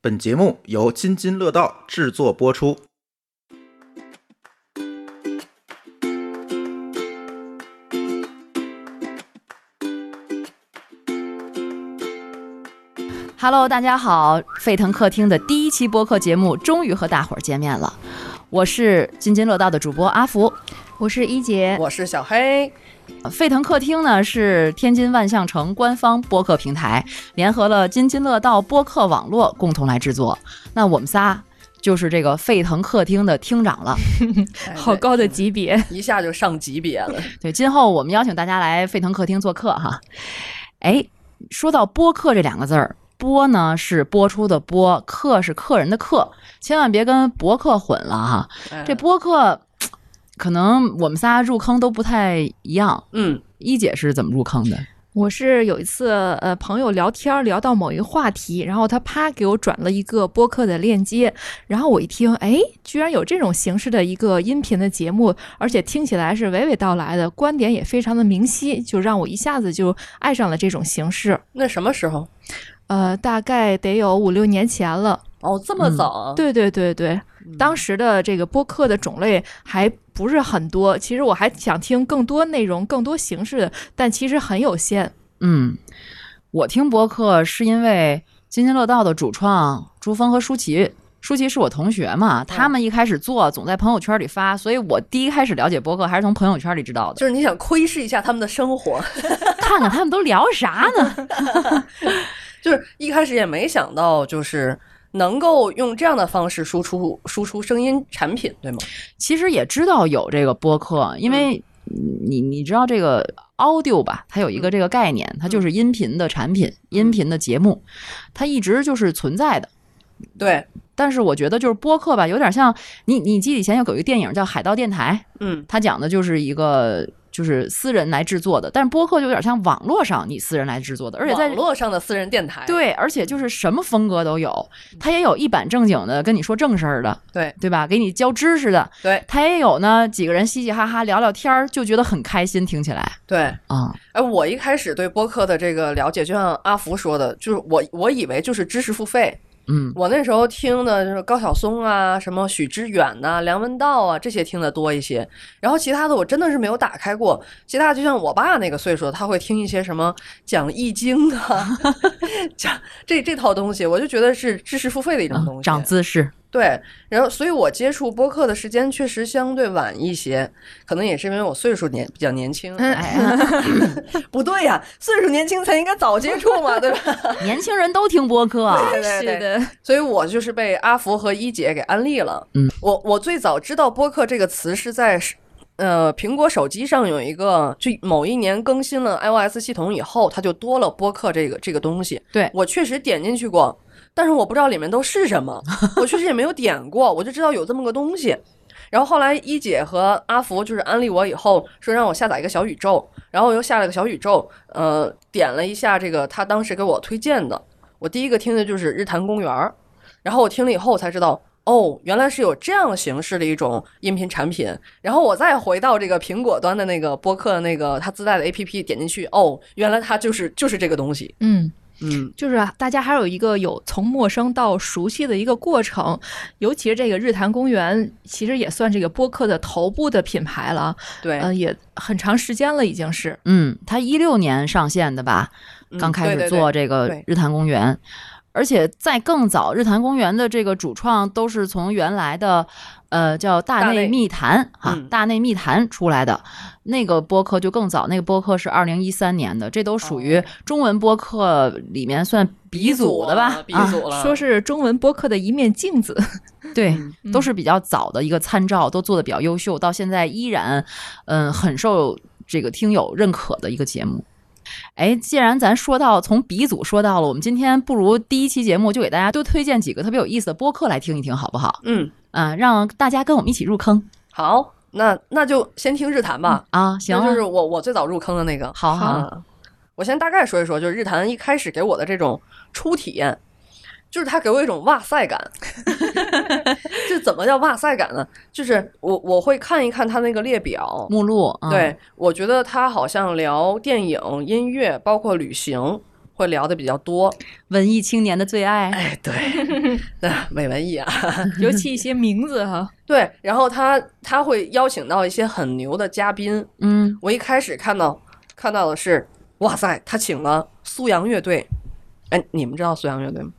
本节目由津津乐道制作播出。 Hello，大家好！沸腾客厅的第一期播客节目终于和大伙儿见面了，我是津津乐道的主播阿福。我是一姐，我是小黑，呃沸腾客厅呢是天津万象城官方播客平台，联合了津津乐道播客网络共同来制作。那我们仨就是这个沸腾客厅的厅长了。哎好对高的 级 别，一下就上级别了。对，今后我们邀请大家来沸腾客厅做客哈。哎，说到播客这两个字儿，播呢是播出的播，客是客人的客，千万别跟博客混了哈。这不，播客可能我们仨入坑都不太一样。嗯，一姐是怎么入坑的？我是有一次呃朋友聊天儿聊到某一个话题，然后他啪给我转了一个播客的链接，然后我一听，哎，居然有这种形式的一个音频的节目，而且听起来是娓娓道来的，观点也非常的明晰，就让我一下子就爱上了这种形式。那什么时候？呃，大概得有五六年前了。嗯哦，这么早嗯啊？对对对对，当时的这个播客的种类还不是很多，其实我还想听更多内容、更多形式的，但其实很有限。嗯，我听播客是因为津津乐道的主创朱峰和舒淇。舒淇是我同学嘛，他们一开始做总在朋友圈里发，所以我第一开始了解播客还是从朋友圈里知道的，就是你想窥视一下他们的生活， 看看他们都聊啥呢？就是一开始也没想到，就是能够用这样的方式输出输出声音产品，对吗？其实也知道有这个播客，嗯因为你你知道这个 audio 吧，它有一嗯个这个概念，它就是音频的产品，音频的节目，它一直就是存在的。对，但是我觉得就是播客吧，有点像你你记得以前有有一个电影叫《海盗电台》，嗯，它讲的就是一个就是私人来制作的，但是播客就有点像网络上你私人来制作的，而且在网络上的私人电台，对，而且就是什么风格都有，嗯它也有一板正经的跟你说正事儿的，对对吧？给你教知识的，对它也有呢几个人嘻嘻哈哈聊聊天儿，就觉得很开心，听起来对。啊、哎，我一开始对播客的这个了解，就像阿福说的，就是我我以为就是知识付费，嗯，我那时候听的就是高晓松啊，什么许知远呐、梁文道啊这些听的多一些，然后其他的我真的是没有打开过。其他就像我爸那个岁数，他会听一些什么讲易经啊， 讲这这套东西，我就觉得是知识付费的一种东西。长姿势，对，然后所以我接触播客的时间确实相对晚一些，可能也是因为我岁数年比较年轻。哎， 不对呀、岁数年轻才应该早接触嘛，对吧？年轻人都听播客，啊对对对是的，所以我就是被阿福和一姐给安利了。嗯，我我最早知道播客这个词是在是呃苹果手机上有一个，就某一年更新了 iOS 系统以后，它就多了播客这个这个东西。对我确实点进去过，但是我不知道里面都是什么，我确实也没有点过，我就知道有这么个东西。然后后来一姐和阿福就是安利我以后，说让我下载一个小宇宙，然后我又下了个小宇宙，呃，点了一下这个他当时给我推荐的，我第一个听的就是日坛公园儿，然后我听了以后我才知道。哦，原来是有这样形式的一种音频产品。然后我再回到这个苹果端的那个播客那个它自带的 APP，点进去，哦，原来它就是就是这个东西。嗯，嗯，就是大家还有一个有从陌生到熟悉的一个过程，尤其是这个日坛公园，其实也算这个播客的头部的品牌了，对，呃，也很长时间了，已经是。嗯，它一六年上线的吧，嗯刚开对始对对做这个对日坛公园，而且在更早，日坛公园的这个主创都是从原来的呃叫大大内内密谈哈、嗯大内密谈出来的那个播客就更早，那个播客是二零一三年的，这都属于哦中文播客里面算鼻祖的吧？鼻啊，祖了，说是中文播客的一面镜子， 对。嗯都是比较早的一个参照，都做的比较优秀，到现在依然，嗯，很受这个听友认可的一个节目。哎，既然咱说到从鼻祖说到了，我们今天不如第一期节目就给大家多推荐几个特别有意思的播客来听一听，好不好？嗯，嗯、让大家跟我们一起入坑好，那那就先听日坛吧。啊！行那啊，就是我我最早入坑的那个。好好啊，我先大概说一说，就是日坛一开始给我的这种初体验，就是它给我一种哇塞感。 这怎么叫哇塞感呢？就是我我会看一看它那个列表，目录，嗯、对我觉得它好像聊电影、音乐，包括旅行。会聊的比较多。文艺青年的最爱，哎，对， 那伪文艺啊， 尤其一些名字哈，对。然后他他会邀请到一些很牛的嘉宾。嗯，我一开始看到看到的是，哇塞，他请了苏阳乐队。哎，你们知道苏阳乐队吗？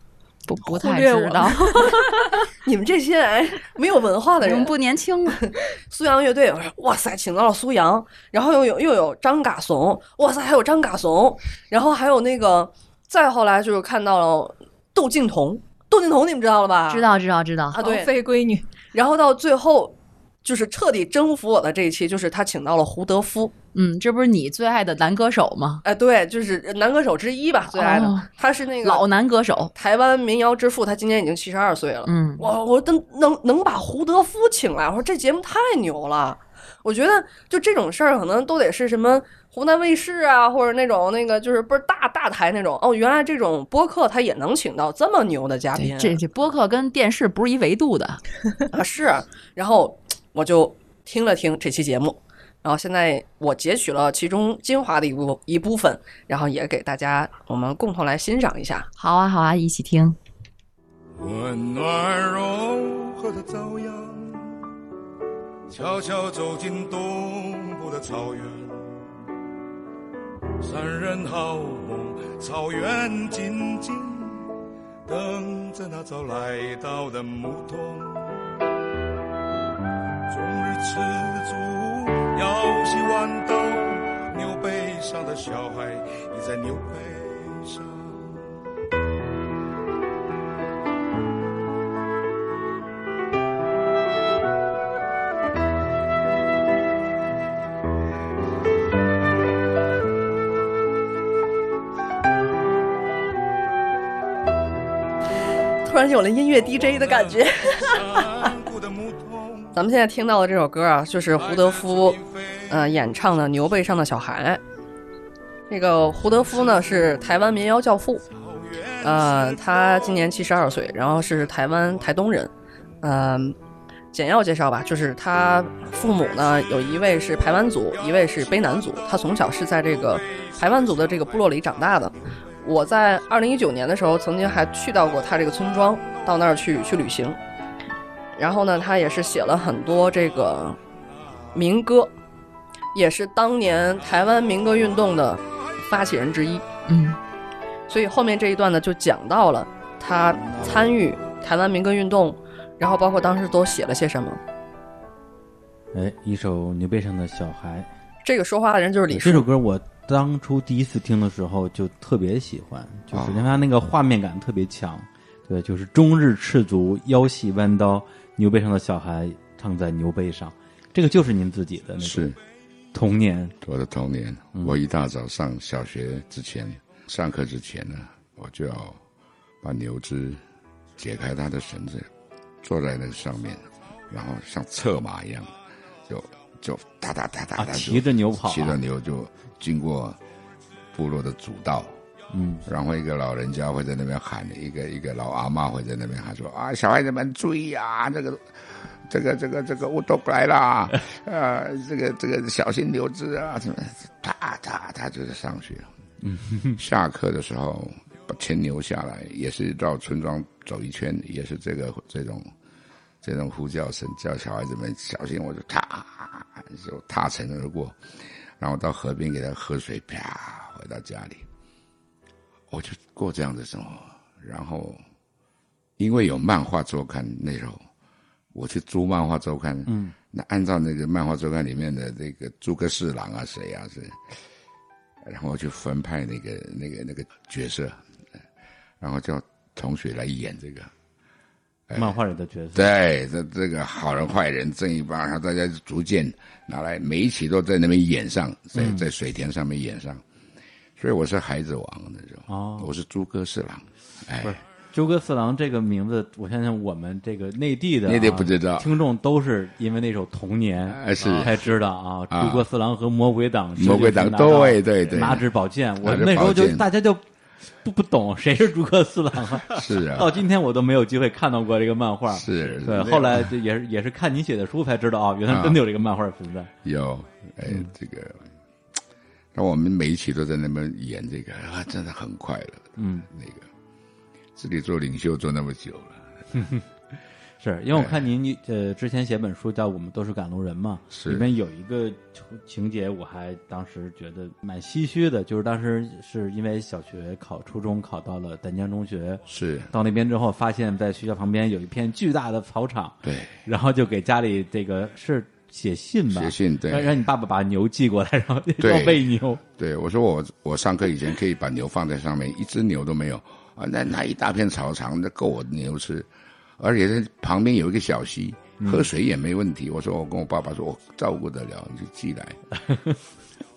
不不太略我知 道， 你们这些哎没有文化的我人们，不年轻了， 苏阳乐队，我说哇塞，请到了苏阳，然后又有又有张嘎怂，哇塞，还有张嘎怂，然后还有那个，再后来就是看到了窦靖童，窦靖童你们知道了吧？知道知道知道啊，对。废闺女，然后到最后，就是彻底征服我的这一期，就是他请到了胡德夫，嗯，这不是你最爱的男歌手吗？哎，对，就是男歌手之一吧，最爱的，哦他是那个老男歌手，台湾民谣之父，他今年已经七十二岁了。嗯，我我能能能把胡德夫请来，我说这节目太牛了。我觉得就这种事儿，可能都得是什么湖南卫视啊，或者那种那个就是不是大大台那种哦。原来这种播客他也能请到这么牛的嘉宾对啊，这这播客跟电视不是一维度的， 啊是。然后我就听了听这期节目，然后现在我截取了其中精华的一部一部分，然后也给大家我们共同来欣赏一下。好啊好啊，一起听，嗯温暖柔和的朝阳，悄悄走进东部的草原。三人好梦，草原静静等着那早来到的牧童。终日吃足，腰系豌豆，牛背上的小孩倚在牛背上。突然有了音乐 DJ 的感觉。山谷的牧童。 咱们现在听到的这首歌啊，就是胡德夫嗯，呃演唱的《牛背上的小孩》。这个胡德夫呢是台湾民谣教父，呃，他今年七十二岁，然后是台湾台东人。嗯、简要介绍吧，就是他父母呢有一位是排湾族，一位是卑南族，他从小是在这个排湾族的这个部落里长大的。我在二零一九年的时候，曾经还去到过他这个村庄，到那儿去去旅行。然后呢，他也是写了很多这个民歌，也是当年台湾民歌运动的发起人之一。嗯所以后面这一段呢，就讲到了他参与台湾民歌运动，然后包括当时都写了些什么。哎，一首牛背上的小孩，这个说话的人就是李这叔，首歌我当初第一次听的时候就特别喜啊欢，就是因为它那个画面感特别强。对，就是终日赤足，腰系弯刀，牛背上的小孩唱在牛背上，这个就是您自己的那个是童年。我的童年。嗯我一大早上小学之前，上课之前呢，我就要把牛只解开它的绳子，坐在那个上面，然后像策马一样，就就哒哒哒哒啊哒，骑着牛跑啊骑着牛就经过部落的主道。嗯，然后一个老人家会在那边喊，一个一个老阿妈会在那边喊说啊，小孩子们注意啊，这个。这个这个这个我都来啦，呃，这个这个小心牛只啊，什么，他他他就是上去了。嗯， 下课的时候把牵牛下来，也是绕村庄走一圈，也是这个这种这种呼叫声，叫小孩子们小心，我就踏啊就踏尘而过，然后到河边给他喝水，啪，回到家里。我就过这样的生活。然后，因为有漫画周刊那时候，我去租漫画周刊，嗯，那按照那个漫画周刊里面的那个诸葛四郎啊，谁啊是，然后去分派那个那个那个角色，然后叫同学来演这个。哎漫画里的角色，对，这这个好人坏人正一帮，然后大家就逐渐拿来，每一期都在那边演上，在嗯在水田上面演上，所以我是孩子王那种，哦我是诸葛四郎，哎，周哥四郎这个名字，我相信我们这个内地的、啊、内地不知道听众都是因为那首《童年》哎是才知道啊。啊诸葛四郎和魔鬼党，魔鬼这就是党拿到对对对拿纸宝剑，我拿着那时候宝就剑 大家就不不懂谁是诸葛四郎啊。是啊，到今天我都没有机会看到过这个漫画，是对那。个啊后来就也是也是看你写的书才知道啊，原来真的有这个漫画存在。有，哎，这个那我们每一期都在那边演这个啊，真的很快乐。嗯，那个自己做领袖做那么久了， 是因为我看您呃之前写本书叫《我们都是赶路人》嘛，是里面有一个情情节，我还当时觉得蛮唏嘘的，就是当时是因为小学考初中考到了丹江中学，是到那边之后发现，在学校旁边有一片巨大的草场，对，然后就给家里这个是写信吧，写信对让让你爸爸把牛寄过来，然后对让我喂牛，对我说我我上课以前可以把牛放在上面，一只牛都没有啊，那那一大片草场，那够我牛吃，而且它旁边有一个小溪，嗯喝水也没问题。我说我跟我爸爸说，我照顾得了，你就寄来。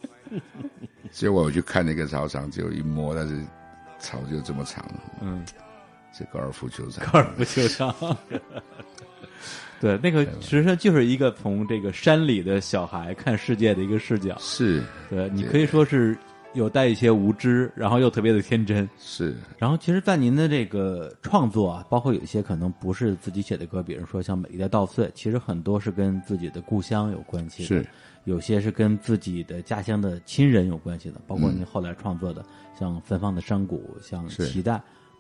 结果我去看那个草场，就一摸，但是草就这么长，嗯，这高尔夫球场，高尔 夫球场。 对，那个其实就是一个从这个山里的小孩看世界的一个视角。是对你对可以说是有带一些无知，然后又特别的天真。是然后，其实，在您的这个创作啊，包括有一些可能不是自己写的歌，比如说像《美丽的稻穗》，其实很多是跟自己的故乡有关系的，是有些是跟自己的家乡的亲人有关系的，包括嗯您后来创作的，像《芬芳的山谷》、像《是脐带》，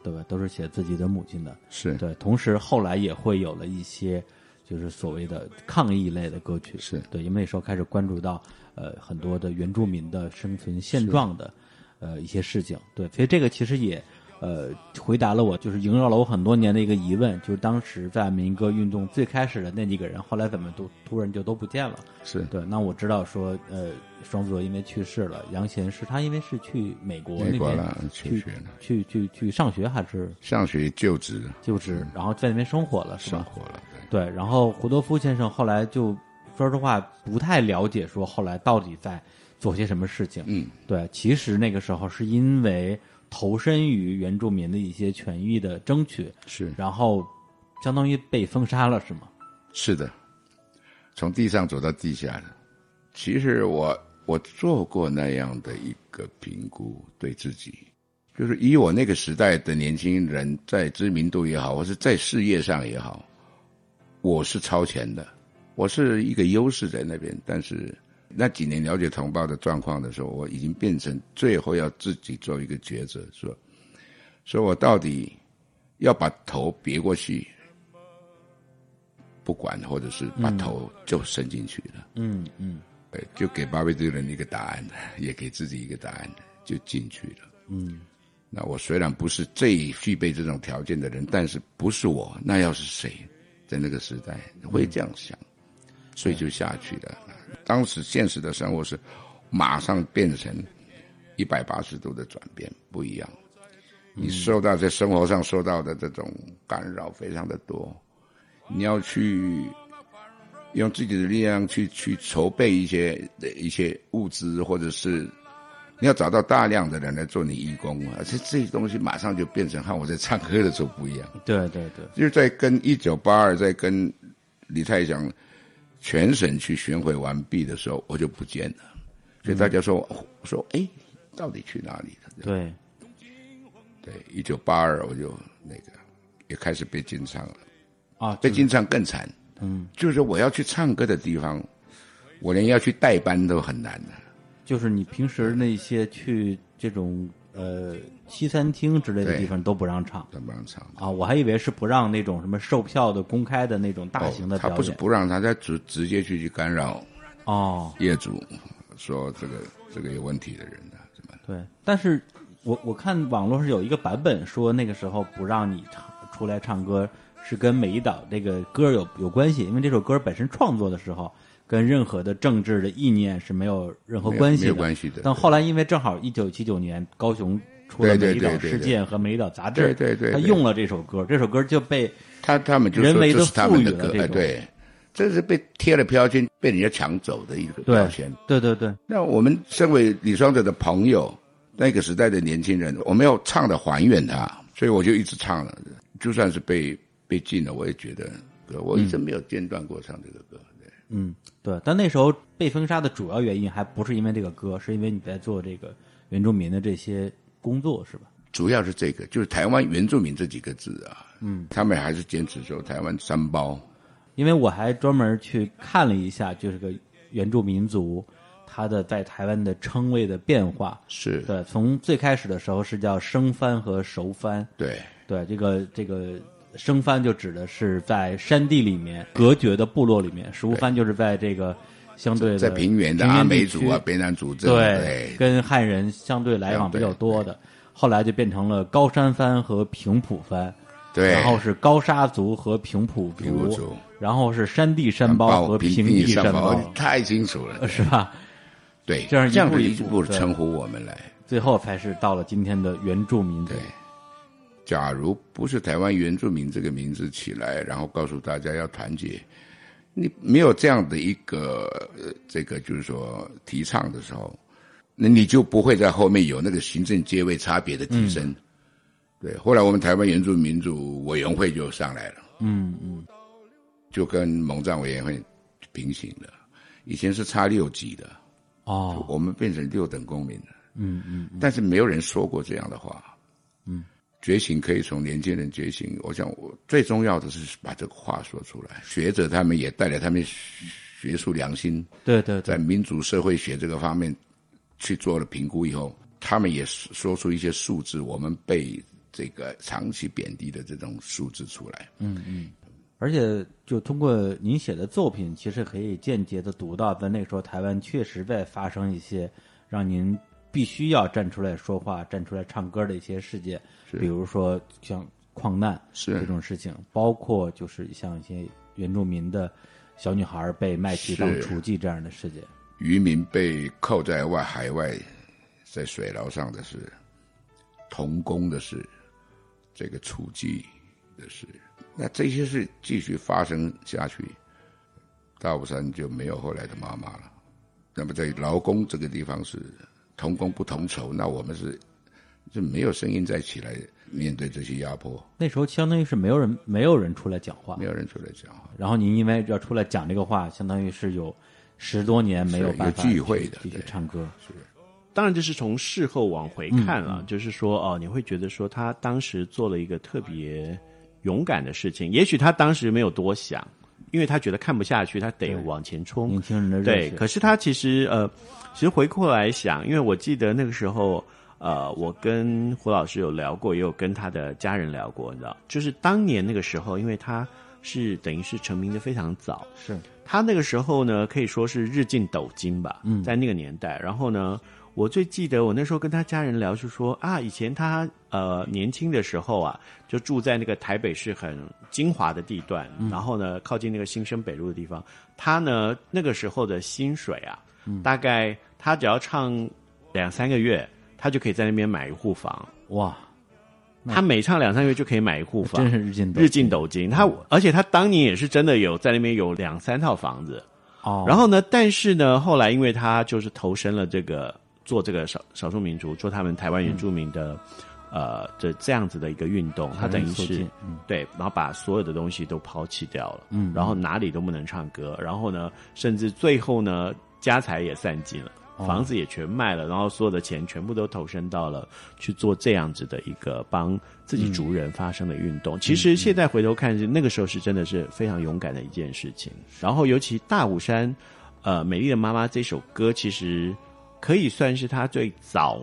对吧？都是写自己的母亲的。是对，同时后来也会有了一些就是所谓的抗议类的歌曲，是对，因为那时候开始关注到呃很多的原住民的生存现状的呃一些事情，对，所以这个其实也呃回答了我就是萦绕了我很多年的一个疑问，就是当时在民歌运动最开始的那几个人，后来怎么都突然就都不见了？是对，那我知道说呃双子座因为去世了，杨贤是他因为是去美国那美国边了去去学了去去去上学还是上学就职嗯就职，然后在那边生活了，是生吧？活了，对对，然后胡多夫先生后来就说实话不太了解，说后来到底在做些什么事情。嗯，对，其实那个时候是因为投身于原住民的一些权益的争取，是然后相当于被封杀了，是吗？是的，从地上走到地下的。其实我我做过那样的一个评估，对自己，就是以我那个时代的年轻人，在知名度也好，或是在事业上也好，我是超前的，我是一个优势在那边。但是那几年了解同胞的状况的时候，我已经变成最后要自己做一个抉择，说，说我到底要把头别过去，不管，或者是把头就伸进去了。嗯嗯呃，就给巴贝队人一个答案，也给自己一个答案，就进去了。嗯，那我虽然不是最具备这种条件的人，但是不是我，那要是谁，在那个时代会这样想，所以就下去了。当时现实的生活是马上变成一百八十度的转变，不一样。你受到在生活上受到的这种干扰非常的多，你要去用自己的力量去去筹备一些一些物资，或者是你要找到大量的人来做你义工啊，这这些东西马上就变成和我在唱歌的时候不一样，对对对，就是在跟一九八二在跟李泰祥全省去巡回完毕的时候，我就不见了，所以大家说、我说哎，到底去哪里了？对，对，一九八二我就那个也开始被禁唱了。啊，就被是禁唱更惨。嗯，就是我要去唱歌的地方，我连要去代班都很难的。就是你平时那些去这种呃西餐厅之类的对地方都不让唱。怎么让唱？啊，我还以为是不让那种什么售票的、公开的那种大型的哦他表不是演不让他，他直直接去去干扰哦，业主，说这个这个有问题的人啊，怎么？对，但是我我看网络是有一个版本说那个时候不让你唱出来唱歌，是跟美一岛这个歌有有关系，因为这首歌本身创作的时候跟任何的政治的意念是没有任何没有关系没的。有关系的但后来因为正好一九七九年高雄出了《美对对一岛对对事对件》和《美一岛杂志》，对对对他对用了这首歌，这首歌就被他他们就人说为地这是他们的赋予了歌，这哎种对，这是被贴了标签，被人家抢走的一个对标签。对对对那我们身为李双泽的朋友，那个时代的年轻人，我们要唱的还原他，所以我就一直唱了，就算是被被禁了，我也觉得我一直没有间断过唱这个歌。对嗯对，但那时候被封杀的主要原因还不是因为这个歌，是因为你在做这个原住民的这些工作，是吧？主要是这个，就是台湾原住民这几个字啊，嗯，他们还是坚持说台湾三胞，因为我还专门去看了一下，就是个原住民族，它的在台湾的称谓的变化。是对，从最开始的时候是叫生番和熟番，对，对，这个这个生番就指的是在山地里面隔绝的部落里面，熟番就是在这个相对的在平原的平阿美地族啊、区边南族这种对，跟汉人相对来往比较多的，后来就变成了高山番和平埔番，对，然后是高沙族和平埔族，平埔族然后是山地山山包包和平地山山包，太清楚了呃，是吧？对，这样一步这样子一一步步对称呼我们来。最后才是到了今天的原住民族对，假如不是台湾原住民这个名字起来，然后告诉大家要团结，你没有这样的一个呃这个就是说提倡的时候，那你就不会在后面有那个行政阶位差别的提升。嗯对，后来我们台湾原住民族委员会就上来了，嗯嗯，就跟蒙藏委员会平行了。以前是差六级的，哦，我们变成六等公民了。嗯嗯嗯但是没有人说过这样的话。嗯，觉醒可以从年轻人觉醒。我想，我最重要的是把这个话说出来。学者他们也带着他们学术良心，对对在对，民族社会学这个方面去做了评估以后，他们也说出一些数字，我们被这个长期贬低的这种数字出来。而且就通过您写的作品，其实可以间接的读到，在那个时候台湾确实在发生一些让您必须要站出来说话、站出来唱歌的一些事件，比如说像矿难是这种事情，包括就是像一些原住民的小女孩被卖去当是雏妓这样的事件。渔民被扣在外海外，在水牢上的事，童工的事，这个处妓的事，那这些事继续发生下去，大武山就没有后来的妈妈了。那么在劳工这个地方是同工不同酬，那我们是就没有声音再起来面对这些压迫，那时候相当于是没有人没有人出来讲话没，有人出来讲话，然后您因为要出来讲这个话，相当于是有十多年没有是有办法聚会的继续对唱歌。当然，这是从事后往回看嗯了，就是说，哦，你会觉得说他当时做了一个特别勇敢的事情，也许他当时没有多想，因为他觉得看不下去，他得往前冲。年轻人的热对，血可是他其实呃，其实回过来想，因为我记得那个时候，呃，我跟胡老师有聊过，也有跟他的家人聊过，你知道，就是当年那个时候，因为他是等于是成名的非常早，是他那个时候呢，可以说是日进斗金吧，嗯在那个年代。然后呢，我最记得我那时候跟他家人聊，就说啊，以前他呃年轻的时候啊，就住在那个台北市很精华的地段，然后呢，靠近那个新生北路的地方。他呢那个时候的薪水啊，嗯大概他只要唱两三个月，他就可以在那边买一户房。哇，他每唱两三个月就可以买一户房，真是日进斗嗯日进斗金。他而且他当年也是真的有在那边有两三套房子。哦，然后呢，但是呢，后来因为他就是投身了这个做这个少少数民族，做他们台湾原住民嗯的、呃这这样子的一个运动，他等于促是进嗯对，然后把所有的东西都抛弃掉了，嗯然后哪里都不能唱歌，然后呢，甚至最后呢，家财也散尽了。哦房子也全卖了，然后所有的钱全部都投身到了去做这样子的一个帮自嗯己族人发生的运动。其实现在回头看，是那个时候是真的是非常勇敢的一件事情。然后尤其大武山，呃，《美丽的妈妈》这首歌，其实可以算是他最早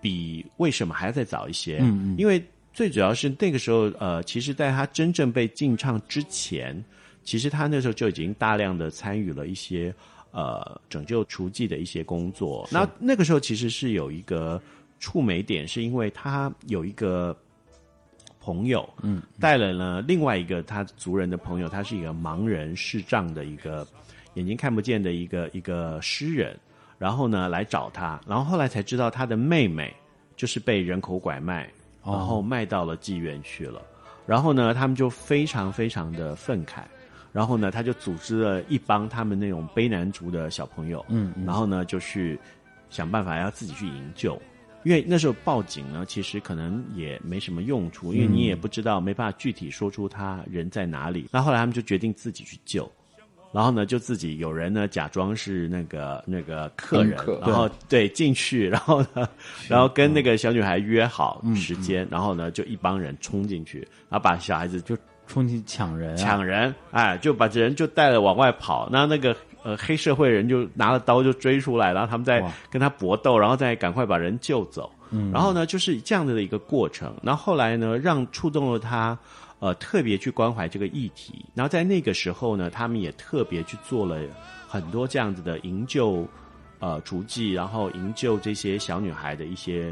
比为什么还要再早一些，嗯嗯因为最主要是那个时候，呃，其实在他真正被禁唱之前，其实他那时候就已经大量的参与了一些呃拯救厨妓的一些工作。那那个时候其实是有一个触媒点，是因为他有一个朋友，嗯，带了呢另外一个他族人的朋友，他是一个盲人视障的一个眼睛看不见的一个一个诗人，然后呢来找他，然后后来才知道他的妹妹就是被人口拐卖，哦然后卖到了妓院去了，然后呢他们就非常非常的愤慨。然后呢，他就组织了一帮他们那种卑南族的小朋友，嗯嗯然后呢，就去想办法要自己去营救，因为那时候报警呢，其实可能也没什么用处，因为你也嗯不知道，没办法具体说出他人在哪里。那后来他们就决定自己去救，然后呢，就自己有人呢假装是那个那个客人，宾客嗯然后对进去，然后呢，然后跟那个小女孩约好时间，然后呢就一帮人冲进去，然后把小孩子就冲进去抢人、啊，抢人，哎，就把人就带了往外跑。那那个呃黑社会人就拿了刀就追出来，然后他们在哇跟他搏斗，然后再赶快把人救走。然后呢，就是这样子的一个过程。然后后来呢，让触动了他，呃，特别去关怀这个议题。然后在那个时候呢，他们也特别去做了很多这样子的营救，呃，厨技，然后营救这些小女孩的一些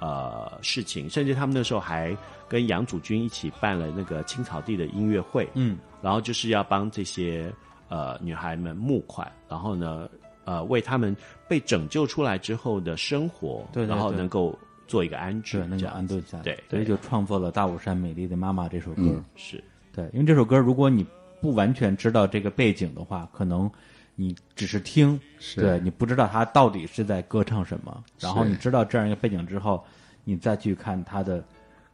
呃事情，甚至他们那时候还跟杨祖君一起办了那个青草地的音乐会，嗯，然后就是要帮这些呃女孩们募款，然后呢，呃，为她们被拯救出来之后的生活，对对然后对能够做一个安置对，，那这个样安顿下来，对所对以就创作了《大武山美丽的妈妈》这首歌。嗯是对，因为这首歌，如果你不完全知道这个背景的话，可能你只是听，是对你不知道他到底是在歌唱什么。然后是你知道这样一个背景之后，你再去看他的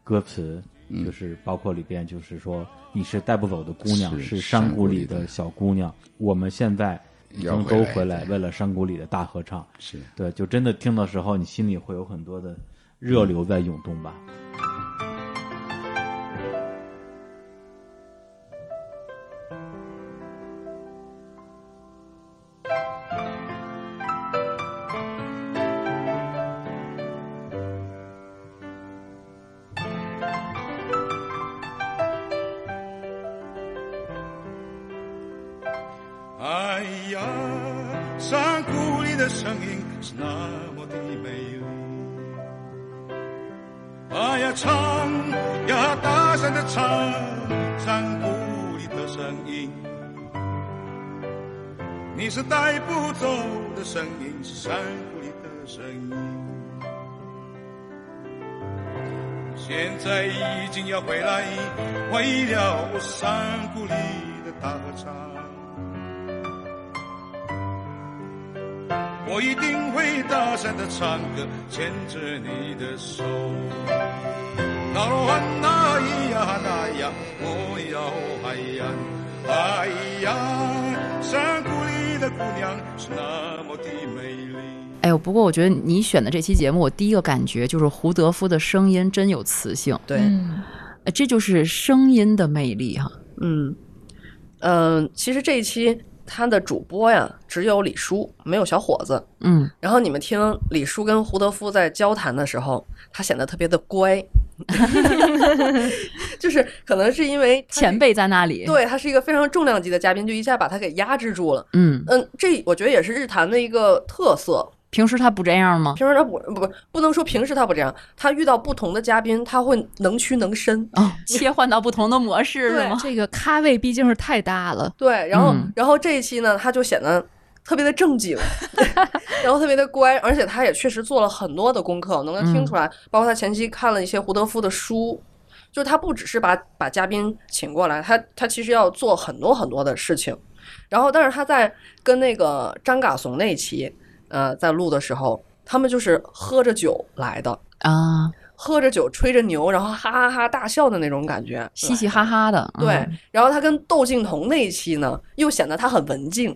歌词，嗯就是包括里边就是说你是带不走的姑娘，是是山山谷谷里里的的小姑娘，我们现在已要经回都来回对来，为了山谷里的大合唱。是对，就真的听的时候，你心里会有很多的嗯热流在涌动吧。哎呀，山谷里的声音是那么的美丽。哎呀，唱呀，大声的唱，山谷里的声音。你是带不走的声音，是山谷里的声音。现在已经要回来，为了我是山谷里的大合唱。我一定会大声的唱歌，牵着你的手。那罗汉那咿呀那呀，我要嗨呀，哎呀，山谷里的姑娘是那么的美丽。哎呦，不过我觉得你选的这期节目，我第一个感觉就是胡德夫的声音真有磁性，对，嗯，呃这就是声音的魅力哈、嗯，嗯、其实这一期他的主播呀，只有李叔，没有小伙子。嗯，然后你们听李叔跟胡德夫在交谈的时候，他显得特别的乖， 就是可能是因为他是前辈在那里，，对他是一个非常重量级的嘉宾，就一下把他给压制住了。嗯，嗯，这我觉得也是日坛的一个特色。平时他不这样吗？平时他不不不不能说平时他不这样，他遇到不同的嘉宾，他会能屈能伸。哦， 切换到不同的模式是对吗？这个咖位毕竟是太大了，对，然后、嗯然后这一期呢，他就显得特别的正经， 然后特别的乖，而且他也确实做了很多的功课，我能够听出来，包括他前期看了一些胡德夫的书。就是他不只是把把嘉宾请过来，他他其实要做很多很多的事情，然后但是他在跟那个张嘎怂那一期，呃，在录的时候，他们就是喝着酒来的，啊，喝着酒吹着牛，然后哈哈哈大笑的那种感觉，嘻嘻哈哈的，嗯对。嗯然后他跟窦靖童那一期呢，又显得他很文静，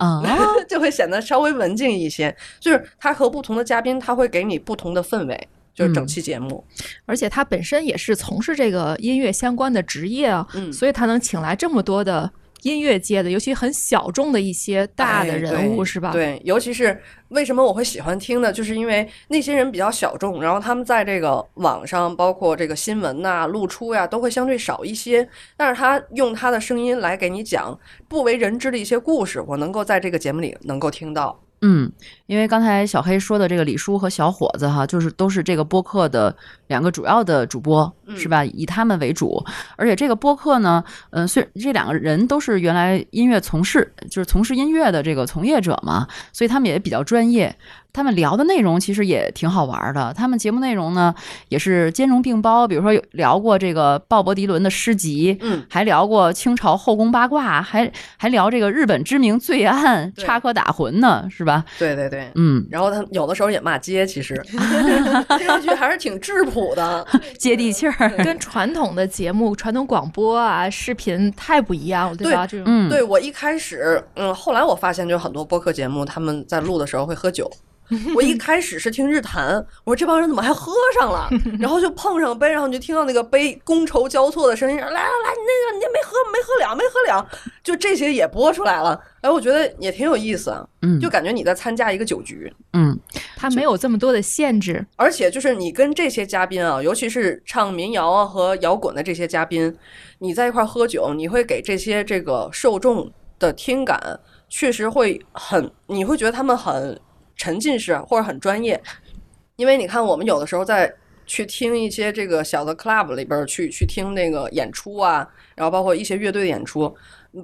嗯啊， 就会显得稍微文静一些。就是他和不同的嘉宾，他会给你不同的氛围， 就是嗯整期节目。而且他本身也是从事这个音乐相关的职业啊，嗯所以他能请来这么多的音乐界的，尤其很小众的一些大的哎人物，对是吧？，对，尤其是为什么我会喜欢听呢？就是因为那些人比较小众，然后他们在这个网上，包括这个新闻呐、露出呀、都会相对少一些。但是他用他的声音来给你讲不为人知的一些故事，我能够在这个节目里能够听到。嗯，因为刚才小黑说的这个李叔和小伙子哈，就是都是这个播客的两个主要的主播，嗯是吧？以他们为主，而且这个播客呢，嗯、虽这两个人都是原来音乐从事，就是从事音乐的这个从业者嘛，所以他们也比较专业。他们聊的内容其实也挺好玩的，他们节目内容呢也是兼容并包，比如说有聊过这个鲍勃迪伦的诗集，嗯，还聊过清朝后宫八卦，还还聊这个日本知名罪案对插科打诨呢，是吧？对对对，嗯，然后他有的时候也骂街，其 实听上去还是挺质朴的。 接地气儿。跟传统的节目、传统广播啊、视频太不一样了，吧？这种。嗯，对我一开始，嗯，后来我发现，就很多播客节目他们在录的时候会喝酒。 我一开始是听日坛，我说这帮人怎么还喝上 了？然后就碰上杯，然后你就听到那个杯觥筹交错的声音，来来来，你那个你没喝没喝了没喝了，就这些也播出来了。哎，我觉得也挺有意思啊，嗯，就感觉你在参加一个酒局，嗯它没有这么多的限制，而且就是你跟这些嘉宾啊，尤其是唱民谣啊和摇滚的这些嘉宾，你在一块儿喝酒，你会给这些这个受众的听感确实会很，你会觉得他们很沉浸式或者很专业，因为你看我们有的时候在。去听一些这个小的 club 里边儿去去听那个演出啊，然后包括一些乐队的演出，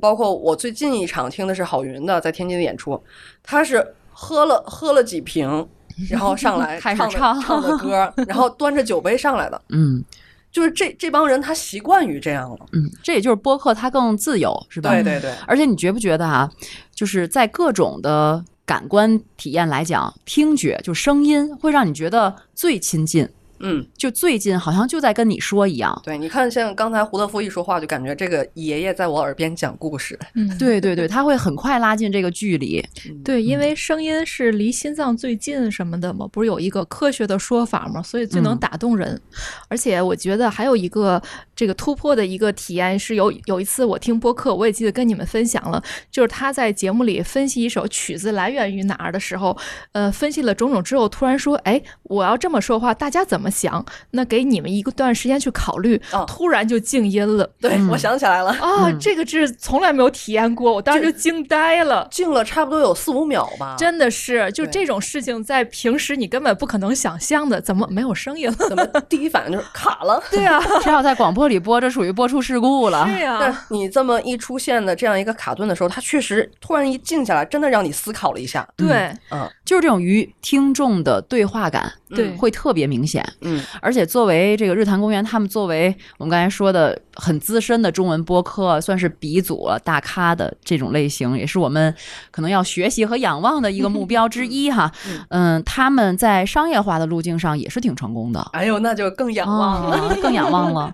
包括我最近一场听的是郝云的在天津的演出，他是喝了喝了几瓶，然后上来 开始唱的唱唱的歌，然后端着酒杯上来的，嗯就是这这帮人他习惯于这样了，嗯，这也就是播客它更自由，是吧？对对对，而且你觉不觉得啊，就是在各种的感官体验来讲，听觉就声音会让你觉得最亲近，嗯，就最近好像就在跟你说一样。对，你看像刚才胡德夫一说话，就感觉这个爷爷在我耳边讲故事， 嗯，对对对，它会很快拉近这个距离。嗯嗯对，因为声音是离心脏最近什么的嘛，不是有一个科学的说法嘛，所以最能嗯打动人。而且我觉得还有一个这个突破的一个体验是有有一次我听播客，我也记得跟你们分享了，就是他在节目里分析一首曲子来源于哪儿的时候，呃，分析了种种之后，突然说，哎，我要这么说话，大家怎么想？那给你们一个段时间去考虑，哦突然就静音了。对、我想起来了，啊，嗯这个是从来没有体验过，我当时这就惊呆了。静了差不多有四五秒吧，真的是，就对这种事情在平时你根本不可能想象的，怎么没有声音了？ 怎么第一反应就是卡了。 对啊，这要在广播里播，这属于播出事故了。对但啊，是你这么一出现的这样一个卡顿的时候，它确实突然一静下来，真的让你思考了一下。对嗯就是这种与听众的对话感，对会特别明显。嗯，而且作为这个日坛公园，他们作为我们刚才说的很资深的中文播客，算是鼻祖了、大咖的这种类型，也是我们可能要学习和仰望的一个目标之 一哈。嗯，他们在商业化的路径上也是挺成功的。哎呦，那就更仰望了。啊，更仰 望了。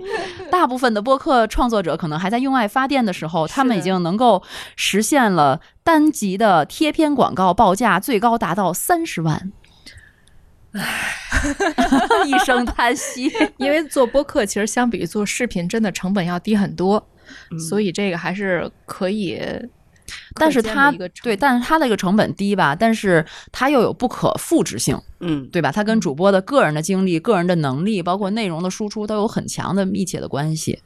大部分的播客创作者可能还在用爱发电的时候，他们已经能够实现了单集的贴片广告报价最高达到三十万。唉， 一声叹息。 因为做播客其实相比于做视频，真的成本要低很多，嗯所以这个还是可以可但是见的一个成本。它对，但是它的一个成本低吧，但是它又有不可复制性，嗯，对吧？它跟主播的个人的经历、个人的能力，包括内容的输出，都有很强的密切的关系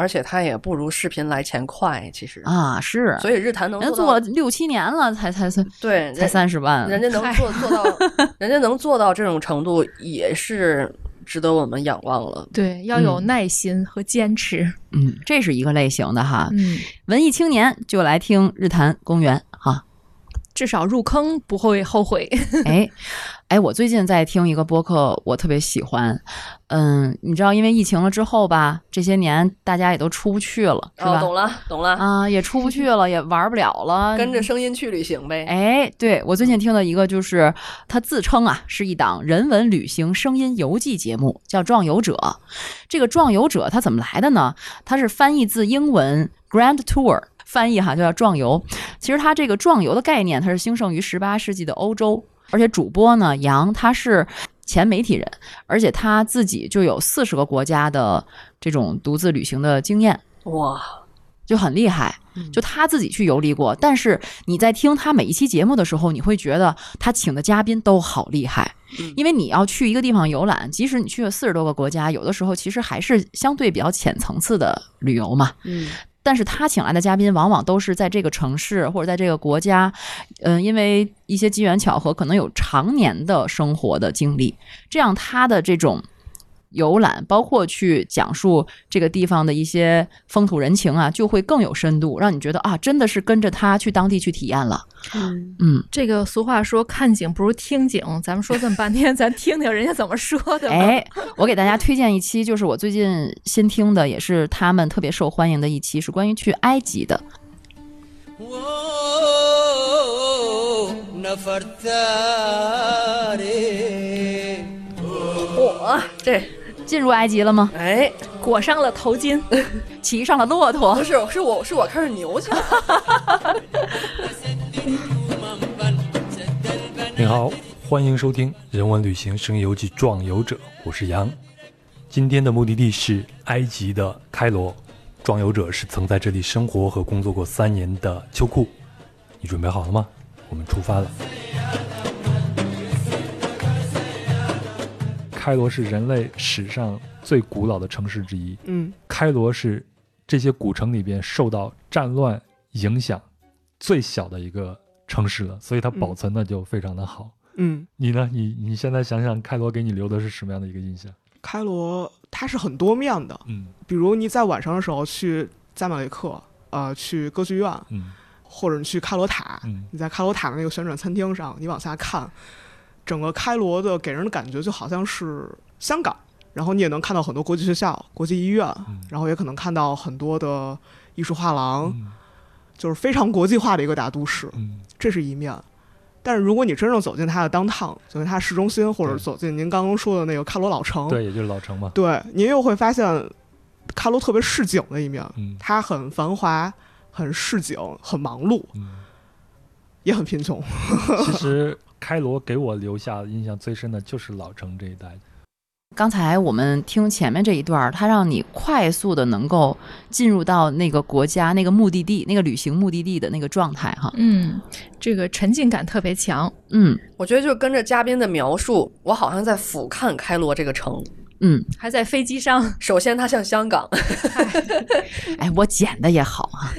而且它也不如视频来钱快，其实。啊。是，所以日坛能人家做做到了六七年了，才才才对人才三十万，人家能做做到， 人家能做到这种程度，也是值得我们仰望了。对要有嗯耐心和坚持。嗯，这是一个类型的哈。嗯，文艺青年就来听日坛公园 哈。至少入坑不会后悔。 哎，哎，我最近在听一个播客，我特别喜欢。嗯，你知道，因为疫情了之后吧，这些年大家也都出不去了，是哦，吧？懂了，懂了，啊，也出不去了，也玩不了了，跟着声音去旅行呗。哎，对我最近听的一个就是，他自称啊是一档人文旅行声音游记节目，叫《壮游者》。这个《壮游者》它怎么来的呢？它是翻译自英文 “Grand Tour”。翻译哈就叫壮游，其实它这个壮游的概念，它是兴盛于十八世纪的欧洲，而且主播呢杨他是前媒体人，而且他自己就有四十个国家的这种独自旅行的经验，哇，就很厉害，就他自己去游历过。但是你在听他每一期节目的时候，你会觉得他请的嘉宾都好厉害，因为你要去一个地方游览，即使你去了四十多个国家，有的时候其实还是相对比较浅层次的旅游嘛。嗯，但是他请来的嘉宾往往都是在这个城市或者在这个国家，嗯，因为一些机缘巧合，可能有常年的生活的经历，这样他的这种游览，包括去讲述这个地方的一些风土人情啊，就会更有深度，让你觉得啊，真的是跟着他去当地去体验了。嗯，这个俗话说“ 看景不如听景”，咱们说这么半天，咱听听人家怎么说的吧。哎，我给大家推荐一期，就是我最近新听的，也是他们特别受欢迎的一期，是关于去埃及的。 Whoa, Nefertari. 火，这进入埃及了吗？哎，裹上了 头巾，骑上了骆驼不。是，是我是我开始牛去了。你好，欢迎收听《人文旅行声游记·壮游者》，我是杨。今天的目的地是埃及的开罗。壮游者是曾在这里生活和工作过三年的秋裤。你准备好了吗？我们出发了。开罗是人类史上最古老的城市之一。嗯，开罗是这些古城里边受到战乱影响最小的一个城市了，所以它保存的就非常的好。嗯，你呢？你你现在想想，开罗给你留的是什么样的一个印象？开罗它是很多面的，嗯比如你在晚上的时候去加马雷克，呃，去歌剧院，嗯或者你去开罗塔，嗯你在开罗塔的那个旋转餐厅上，你往下看，整个开罗的给人的感觉就好像是香港，然后你也能看到很多国际学校、国际医院，嗯然后也可能看到很多的艺术画廊，就是非常国际化的一个大都市，嗯这是一面。但是如果你真正走进它的 downtown，走进它市中心，或者对走进您刚刚说的那个开罗老城，对，也就是老城嘛。哦对， 您又会发现开罗特别市井的一面，嗯它很繁华、很市井、很忙碌，嗯，也很贫穷。 其实开罗给我留下印象最深的就是老城这一带。刚才我们听前面这一段儿，它让你快速的能够进入到那个国家、那个目的地、那个旅行目的地的那个状态哈。嗯，这个沉浸感特别强。嗯我觉得就跟着嘉宾的描述，我好像在俯瞰开罗这个城。嗯，还在飞机上，首先，它像香港， 哎，我剪的也好啊，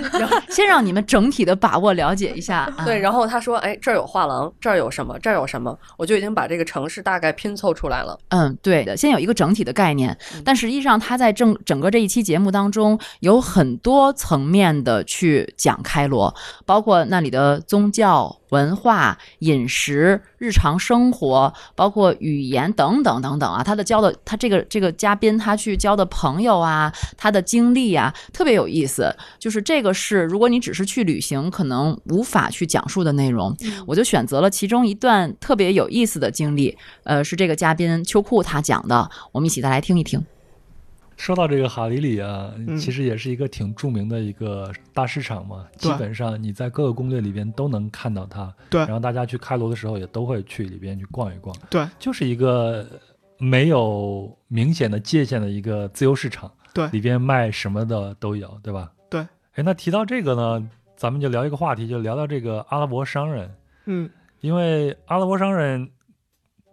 先让你们整体的把握了解一下 啊。对。然后他说：“哎，这儿有画廊，这儿有什么，这儿有什么。”我就已经把这个城市大概拼凑出来了。嗯，对的，先有一个整体的概念，但实际上它在整整个这一期节目当中有很多层面的去讲开罗，包括那里的宗教、文化、饮食、日常生活，包括语言等等等等啊。他的交的他这个这个嘉宾他去交的朋友啊，他的经历啊，特别有意思。就是这个是如果你只是去旅行，可能无法去讲述的内容。我就选择了其中一段特别有意思的经历，呃，是这个嘉宾秋裤他讲的，我们一起再来听一听。说到这个哈里里啊，嗯其实也是一个挺著名的一个大市场嘛，基对本上你在各个攻略里边都能看到它。对然后大家去开罗的时候也都会去里边去逛一逛，对就是一个没有明显的界限的一个自由市场，对里边卖什么的都有，对吧？对。哎，那提到这个呢，咱们就聊一个话题，就聊聊这个阿拉伯商人，嗯，因为阿拉伯商人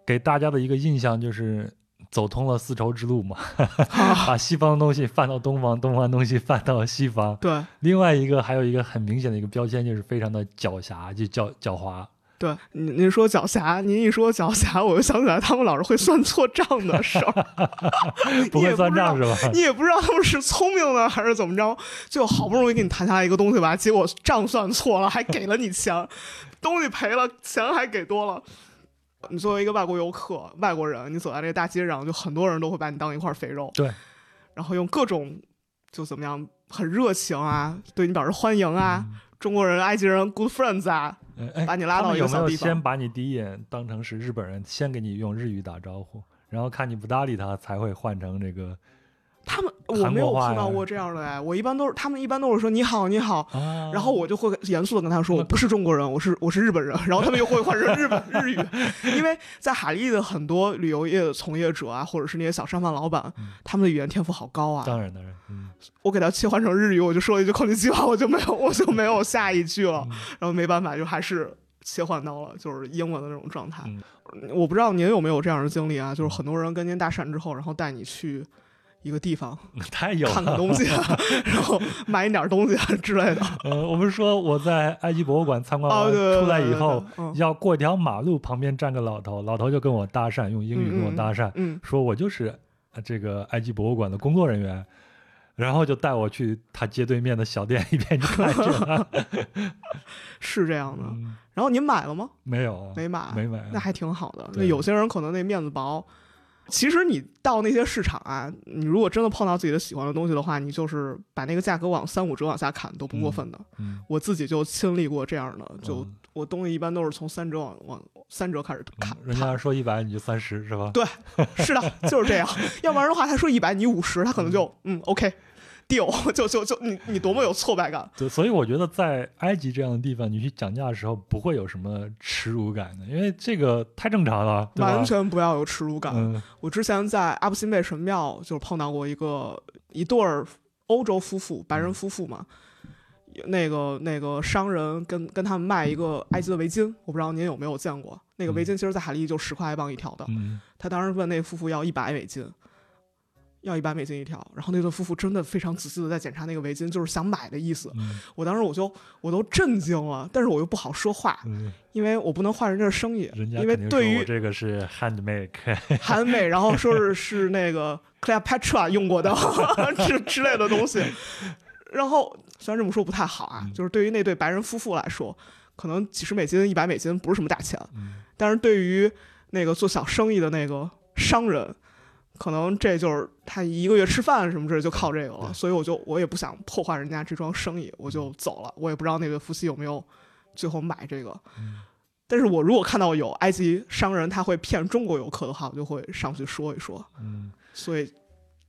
给大家的一个印象就是走通了丝绸之路嘛， 啊把西方的东西贩到东方，东方的东西贩到西方。对另外一个还有一个很明显的一个标签就是非常的狡黠，就狡狡 猾。对，您您说狡黠，您一说狡黠，我就想起来他们老是会算错账的 事儿，不会算账是吧 你也不知道他们是聪明呢还是怎么着，就好不容易给你谈下来一个东西吧，结果账算错了，还给了你钱，东西赔了，钱还给多了。你作为一个外国游客、外国人，你走在这个大街上，就很多人都会把你当一块肥肉，对，然后用各种就怎么样很热情啊，对你表示欢迎啊，中国人、埃及人 good friends 啊，呃嗯哎把你拉他到们一个有没小有地方先把你第一眼当成是日本人，先给你用日语打招呼，然后看你不搭理他，才会换成这个 他们韩国我没有话碰到呀过这样的哎，我一般都是他们一般都是说你好你好，啊然后我就会严肃的跟他说我不是中国人，我是我是日本人，然后他们又会换成日本 日语，因为在海利的很多旅游业的从业者啊，或者是那些小商贩老板，他们的语言天赋好高啊，嗯当然当然，嗯，我给他切换成日语，我就说了一句空气计划，我就没有我就没有下一句嗯了，然后没办法就还是。切换到了就是英文的那种状态，嗯我不知道您有没有这样的经历啊？就是很多人跟您搭讪之后，然后带你去一个地方，太有看了看。东西 啊，然后买一点儿东西啊 之类的。呃，我们说我在埃及博物馆参观哦完对对出来对以对后，嗯要过条马路，旁边站个老头，老头就跟我搭讪，用英语跟我搭讪，嗯嗯说我就是呃这个埃及博物馆的工作人员，然后就带我去他街对面的小店一边去看去 了。是这样的。嗯然后您买了吗？ 没有，啊没买，没买，那还挺好的。那对有些人可能那面子薄。其实你到那些市场啊，你如果真的碰到自己的喜欢的东西的话，你就是把那个价格往三五折往下砍都不过分的。嗯我自己就亲历过这样的，就、嗯我东西一般都是从三折往往三折开始砍。人家说一百你就三十是吧？对，是的，哦 就是这样。要不然的话，他说一百，你五十，他可能就嗯 OK，deal，就就就你你多么有挫败感。对，所以我觉得在埃及这样的地方，你去讲价的时候不会有什么耻辱感的，因为这个太正常了，对吧？完全不要有耻辱感。嗯我之前在阿布辛贝神庙就是碰到过一个一对儿欧洲夫妇，白人夫妇嘛，嗯那个那个商人跟跟他们卖一个埃及的围巾，我不知道您有没有见过，那个围巾其实，在海利就十块埃镑一条的，嗯，他当时问那夫妇要一百美金，要一百美金一条。然后那对夫妇真的非常仔细的在检查那个围巾，就是想买的意思。嗯我当时我就我都震惊了，但是我又不好说话，嗯因为我不能坏人家的生意。人家因为肯定对说我于这个是 handmade，韩美，然后说是是那个 Cleopatra 用过的 之之类的东西。然后虽然这么说不太好啊，就是对于那对白人夫妇来说，可能几十美金、一百美金不是什么大钱，但是对于那个做小生意的那个商人，可能这就是他一个月吃饭什么之类就靠这个了。所以我就我也不想破坏人家这桩生意，我就走了。我也不知道那对夫妻有没有最后买这个。嗯但是我如果看到有埃及商人他会骗中国游客的话，我就会上去说一说。嗯，所以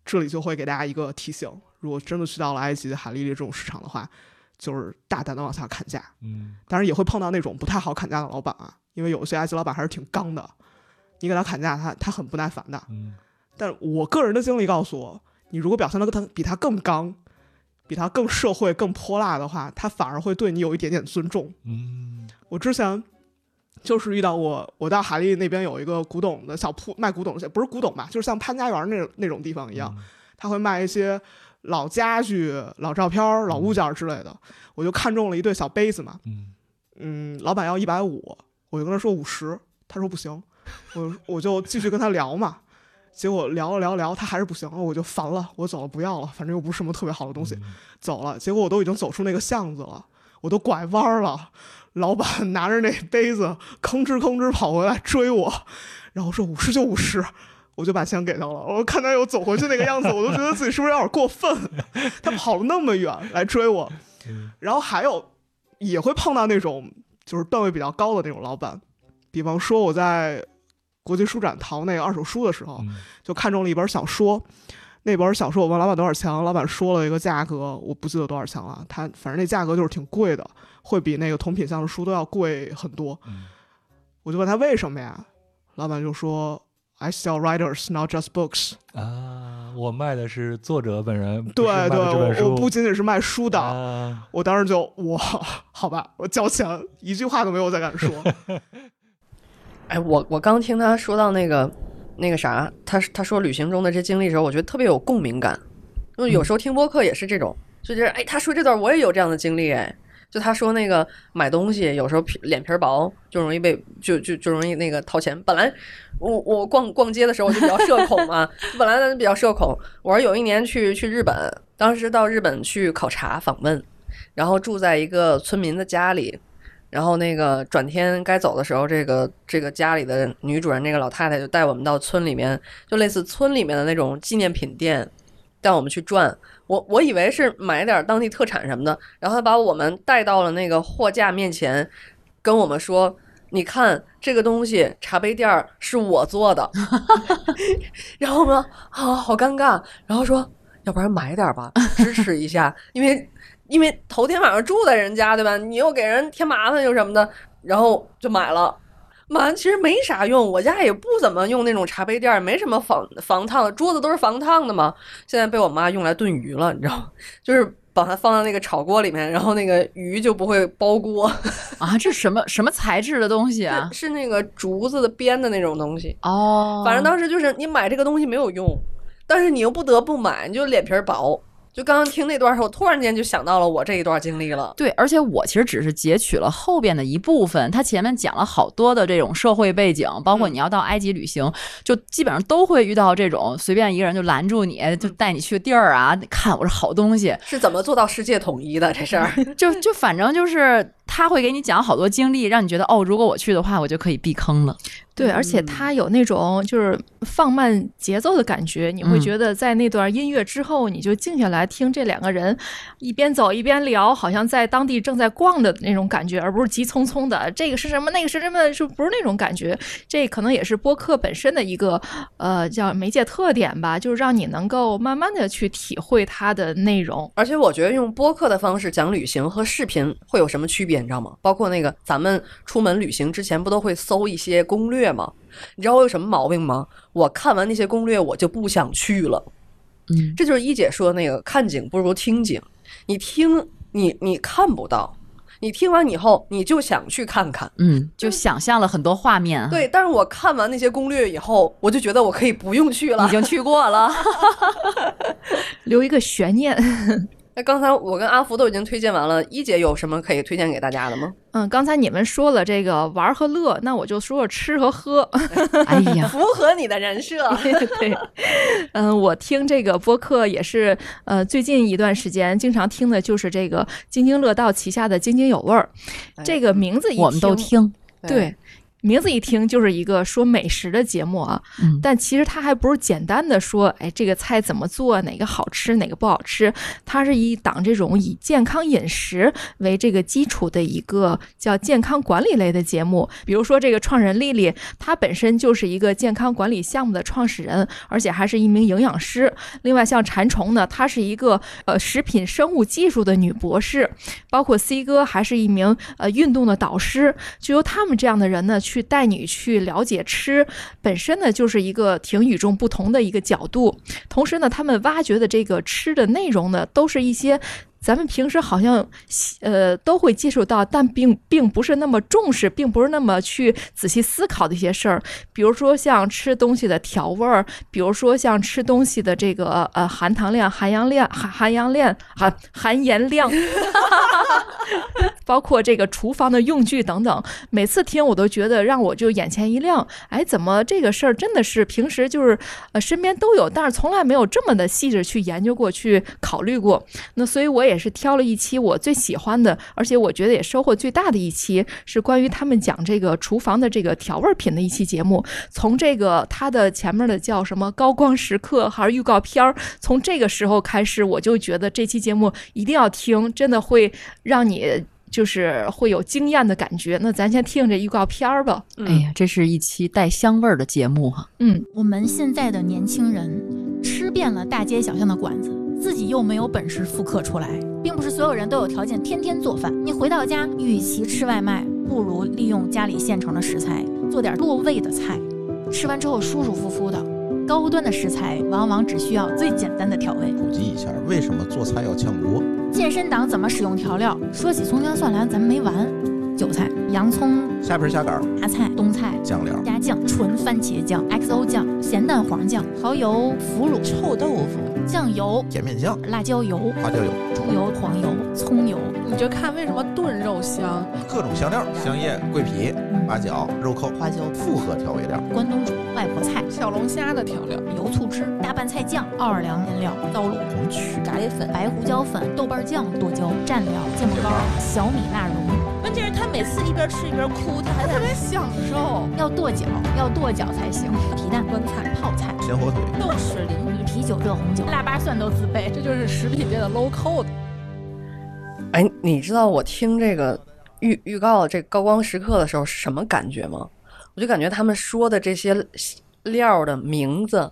这里就会给大家一个提醒：如果真的去到了埃及、海利利这种市场的话，就是大胆的往下砍价。嗯，当然也会碰到那种不太好砍价的老板啊，因为有些埃及老板还是挺刚的，你给他砍价，他他很不耐烦的。嗯，但我个人的经历告诉我，你如果表现的他比他更刚，比他更社会、更泼辣的话，他反而会对你有一点点尊重。嗯我之前就是遇到过，我到海利那边有一个古董的小铺，卖古董的，不是古董吧，就是像潘家园那那种地方一样，嗯他会卖一些老家具、老照片、老物件之类的。我就看中了一对小杯子嘛，嗯嗯，老板要一百五，我就跟他说五十，他说不行，我我就继续跟他聊嘛。结果聊了聊聊，他还是不行，我就烦了，我走了，不要了，反正又不是什么特别好的东西， 走了。结果我都已经走出那个巷子了，我都拐弯了，老板拿着那杯子吭哧吭哧跑回来追我，然后说五十就五十，我就把钱给他了。我看他又走回去那个样子，我都觉得自己是不是有点过分？ 他跑了那么远来追我，然后还有也会碰到那种就是段位比较高的那种老板，比方说我在国际书展淘那个二手书的时候，嗯就看中了一本小说。那本小说我问老板多少钱，老板说了一个价格，我不记得多少钱了。他反正那价格就是挺贵的，会比那个同品相的书都要贵很多。嗯我就问他为什么呀？老板就说：“I sell writers, not just books。啊，我卖的是作者本人，不对是卖的对，这本我书我不仅仅是卖书的，啊，我 当时就哇，好吧，我交钱，一句话都没有再敢说。哎，我我刚听他说到那个那个啥，他他说旅行中的这经历的时候，我觉得特别有共鸣感。因嗯为有时候听播客也是这种，就觉得哎，他说这段我也有这样的经历哎。就他说那个买东西，有时候皮脸皮儿薄，就容易被就就就容易那个掏钱。本来我我逛逛街的时候我就比较社恐嘛，本来比较社恐。我是有一年去去日本，当时到日本去考察访问，然后住在一个村民的家里，然后那个转天该走的时候，这个这个家里的女主人那个老太太就带我们到村里面，就类似村里面的那种纪念品店，带我们去转。我我以为是买点当地特产什么的，然后她把我们带到了那个货架面前，跟我们说：“你看这个东西，茶杯垫儿是我做的。” 然后我们啊，好尴尬，然后说：“要不然买点儿吧，支持一下，因为因为头天晚上住在人家，对吧？你又给人添麻烦又什么的，然后就买了。买完其实没啥用，我家也不怎么用那种茶杯垫儿，没什么防防烫的，桌子都是防烫的嘛。现在被我妈用来炖鱼了，你知道吗？ 就是把它放到那个炒锅里面，然后那个鱼就不会包锅，啊，这什么什么材质的东西啊？ 是那个竹子的编的那种东西。哦，反正当时就是你买这个东西没有用，但是你又不得不买，你就脸皮儿薄。就刚刚听那段儿时候，我突然间就想到了我这一段经历了。对，而且我其实只是截取了后边的一部分，他前面讲了好多的这种社会背景，包括嗯你要到埃及旅行，就基本上都会遇到这种随便一个人就拦住你，就带你去地儿啊，看我是好东西，嗯是怎么做到世界统一的这事儿？就就反正就是他会给你讲好多经历，让你觉得哦，如果我去的话，我就可以避坑了。对，而嗯且它有那种就是放慢节奏的感觉，你会嗯觉得在那段音乐之后，你就静下来听这两个人一边走一边聊，好像在当地正在逛的那种感觉，而不是急匆匆的这个是什么，那个是什么，是不是那种感觉？这可能也是播客本身的一个呃叫媒介特点吧，就是让你能够慢慢的去体会它的内容。而且我觉得用播客的方式讲旅行和视频会有什么区别，你知道吗？包括那个咱们出门旅行之前不都会搜一些攻略吗？你知道我有什么毛病吗？我看完那些攻略，我就不想去了。嗯这就是一姐说的那个看景不如听景，你听你你看不到，你听完以后你就想去看看。嗯，就想象了很多画面啊，对，但是我看完那些攻略以后，我就觉得我可以不用去了已。经去过了，留一个悬念。 那刚才我跟阿福都已经推荐完了，一姐有什么可以推荐给大家的吗？嗯，刚才你们说了这个玩和乐，那我就说说吃和 喝。哎呀，符合你的人设 对，嗯，我听这个播客也是，呃，最近一段时间经常听的就是这个津津乐道旗下的津津有味儿，这个名字一我们都听，对，名字一听就是一个说美食的节目啊，嗯但其实它还不是简单的说，哎，这个菜怎么做，哪个好吃，哪个不好吃，它是一档这种以健康饮食为这个基础的一个叫健康管理类的节目。比如说这个创人丽丽，她本身就是一个健康管理项目的创始人，而且还是一名营养师。另外像馋虫呢，她是一个呃食品生物技术的女博士，包括 C 哥还是一名呃运动的导师，就由他们这样的人呢去带你去了解吃本身呢，就是一个挺与众不同的一个角度。同时呢，他们挖掘的这个吃的内容呢，都是一些。咱们平时好像呃都会接触到，但并并不是那么重视，并不是那么去仔细思考的一些事儿，比如说像吃东西的调味儿，比如说像吃东西的这个呃含糖量、含盐量、含含盐量、含含盐量，包括这个厨房的用具等等。每次听我都觉得让我就眼前一亮，哎，怎么这个事儿真的是平时就是呃身边都有，但是从来没有这么的细致去研究过、去考虑过。那所以我也是挑了一期我最喜欢的，而且我觉得也收获最大的一期，是关于他们讲这个厨房的这个调味儿品的一期节目。从这个它的前面的叫什么高光时刻还是预告片儿，从这个时候开始，我就觉得这期节目一定要听，真的会让你。就是会有惊艳的感觉，那咱先听这预告片儿吧。嗯哎呀，这是一期带香味儿的节目哈，嗯，我们现在的年轻人吃遍了大街小巷的馆子，自己又没有本事复刻出来，并不是所有人都有条件天天做饭。你回到家，与其吃外卖，不如利用家里现成的食材，做点落胃的菜，吃完之后舒舒服服的。高端的食材往往只需要最简单的调味。普及一下，为什么做菜要炝锅？健身党怎么使用调料？说起葱姜蒜来，咱们没完。韭菜、洋葱、下盆下杆，芽菜、冬菜、酱料，鸭酱、纯番茄酱、XO 酱、咸蛋黄酱、蚝油、腐乳、臭豆腐、酱油、甜面酱、辣椒油、花椒油，猪油、黄油、葱油。你就看为什么炖肉香，各种香料，香叶、桂皮、八角、肉蔻、花椒，复合调味料。关东煮、外婆菜、小龙虾的调料，油醋汁、大拌菜酱、奥尔良腌料、糟卤红曲、炸椰粉、白胡椒粉、豆瓣酱、剁椒、蘸料、芥末膏、小米辣蓉。关键是他每次一边吃一边哭，他还特别享受。要跺脚，要跺脚才行。皮蛋酸菜、泡菜、咸火腿，豆豉鲮鱼，啤酒、热红酒、腊八蒜都自备。这就是食品界的 low code。哎，你知道我听这个预预告这高光时刻的时候是什么感觉吗？我就感觉他们说的这些料的名字，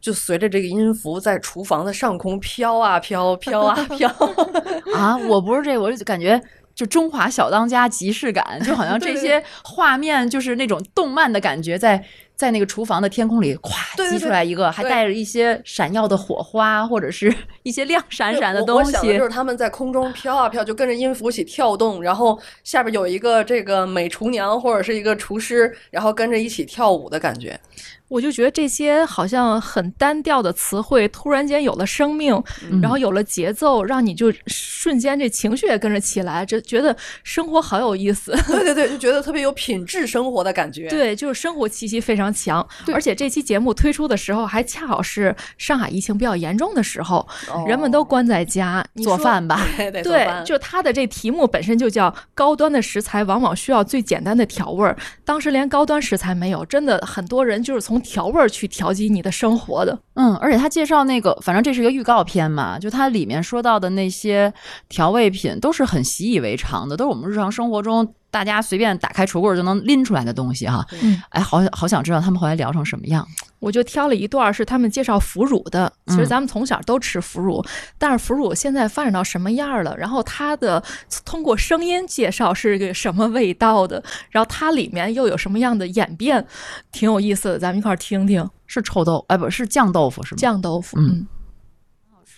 就随着这个音符在厨房的上空飘啊飘，飘啊飘。 啊，我不是这个，我就感觉就中华小当家即视感，就好像 这对些画面就是那种动漫的感觉在，在那个厨房的天空里，咵对对激对出来一个，还对带着一些闪耀的火花，或者是 一些亮闪闪对的我东我想的西就。是他们在空中飘啊飘，就跟着音符一起跳动，然后下边有一个这个美厨娘或者是一个厨师，然后跟着一起跳舞的感觉。我就觉得这些好像很单调的词汇，突然间有了生命，嗯然后有了节奏，让你就瞬间这情绪也跟着起来，这觉得生活好有意思。 对对对，就觉得特别有品质生活的感觉。对，就是生活气息非常强，对而且这期节目推出的时候还恰好是上海疫情比较严重的时候，哦，人们都关在家你做说饭吧，对 对对，就它的这题目本身就叫“高端的食材往往需要最简单的调味儿”，当时连高端食材没有，真的很多人就是从调味儿去调剂你的生活的。嗯，而且他介绍那个，反正这是一个预告片嘛，就它里面说到的那些调味品都是很习以为常的，都是我们日常生活中大家随便打开橱柜儿就能拎出来的东西哈。嗯哎，好想好想知道他们后来聊成什么样。我就挑了一段儿是他们介绍腐乳的，其嗯实咱们从小都吃腐乳，但是腐乳现在发展到什么样儿了？然后它的通过声音介绍是个什么味道的？然后它里面又有什么样的演变？挺有意思的，咱们一块儿听听是臭豆，哎，不是酱豆腐是吗？酱豆腐。嗯嗯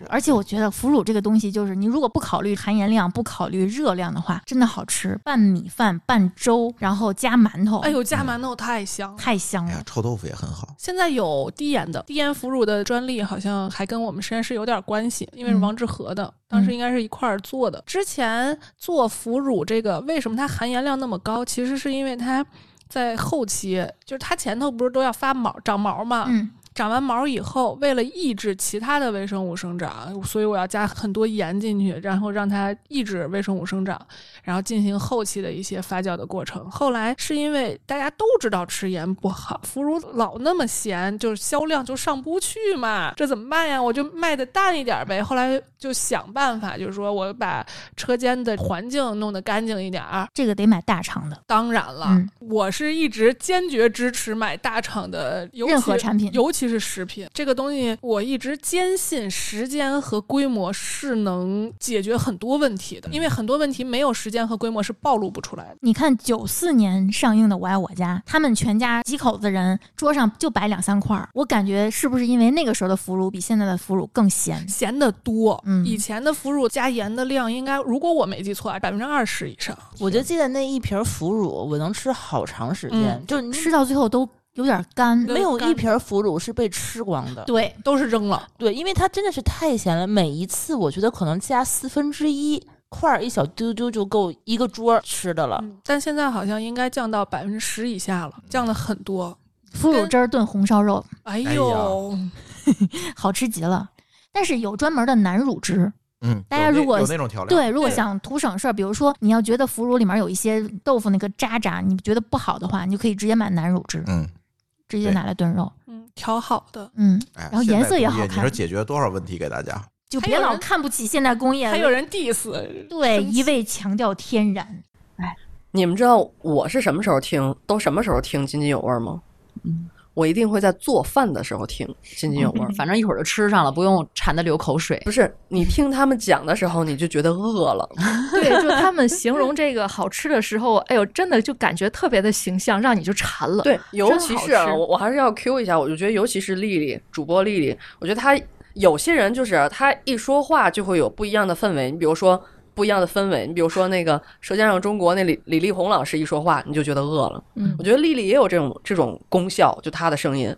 而且我觉得腐乳这个东西，就是你如果不考虑含盐量、不考虑热量的话，真的好吃。拌米饭、拌粥，然后加馒头，哎呦，加馒头太香了。太香了。臭豆腐也很好。现在有低盐的，低盐腐乳的专利好像还跟我们实验室有点关系，因为是王致和的，当时应该是一块儿做的。之前做腐乳这个，为什么它含盐量那么高？其实是因为它在后期，就是它前头不是都要发毛长毛嘛，嗯长完毛以后，为了抑制其他的微生物生长，所以我要加很多盐进去，然后让它抑制微生物生长，然后进行后期的一些发酵的过程。后来是因为大家都知道吃盐不好，腐乳老那么咸，就是销量就上不去嘛，这怎么办呀？我就卖的淡一点呗。后来就想办法，就是说我把车间的环境弄得干净一点儿。这个得买大厂的。当然了，嗯我是一直坚决支持买大厂的，尤其任何产品尤其是食品这个东西，我一直坚信时间和规模是能解决很多问题嗯的，因为很多问题没有时间和规模是暴露不出来的。你看九四年上映的《我爱我家》，他们全家几口子人桌上就摆两三块儿，我感觉是不是因为那个时候的腐乳比现在的腐乳更咸？咸的多，嗯，以前的腐乳加盐的量应该，如果我没记错啊，百分之二十以上。我就记得那一瓶腐乳，我能吃好长时间，嗯就吃到最后都有点干，没有一瓶腐乳是被吃光的。对，都是扔了。对，因为它真的是太咸了，每一次我觉得可能加四分之一块儿一小丢丢就够一个桌儿吃的了。但现在好像应该降到百分之十以下嗯了，降了很多。腐乳汁儿炖红烧肉，哎呦， 好吃极了。但是有专门的南乳汁，嗯，大家有那如果有那种调料，对，如果想图省事儿，比如说你要觉得腐乳里面有一些豆腐那个渣渣，你觉得不好的话，你就可以直接买南乳汁，嗯，直接拿来炖肉，嗯，调好的，嗯，哎，然后现代颜色也工业好你说看，解决了多少问题给大家？就别老看不起现代工业，还有人 diss，对，一味强调天然，你们知道我是什么时候听，都什么时候听津津有味儿吗？我一定会在做饭的时候听津津有味儿。嗯反正一会儿就吃上了，不用馋的流口水。不是你听他们讲的时候，你就觉得饿了。嗯对，就他们形容这个好吃的时候，哎呦，真的就感觉特别的形象，让你就馋了。对，尤真其好是啊，吃我我还是要 Q 一下，我就觉得尤其是丽丽主播丽丽，我觉得她有些人就是啊她一说话就会有不一样的氛围。你比如说不一样的氛围，你比如说那个《舌尖上的中国》那李李丽宏老师一说话，你就觉得饿了。嗯我觉得丽丽也有这种这种功效，就她的声音，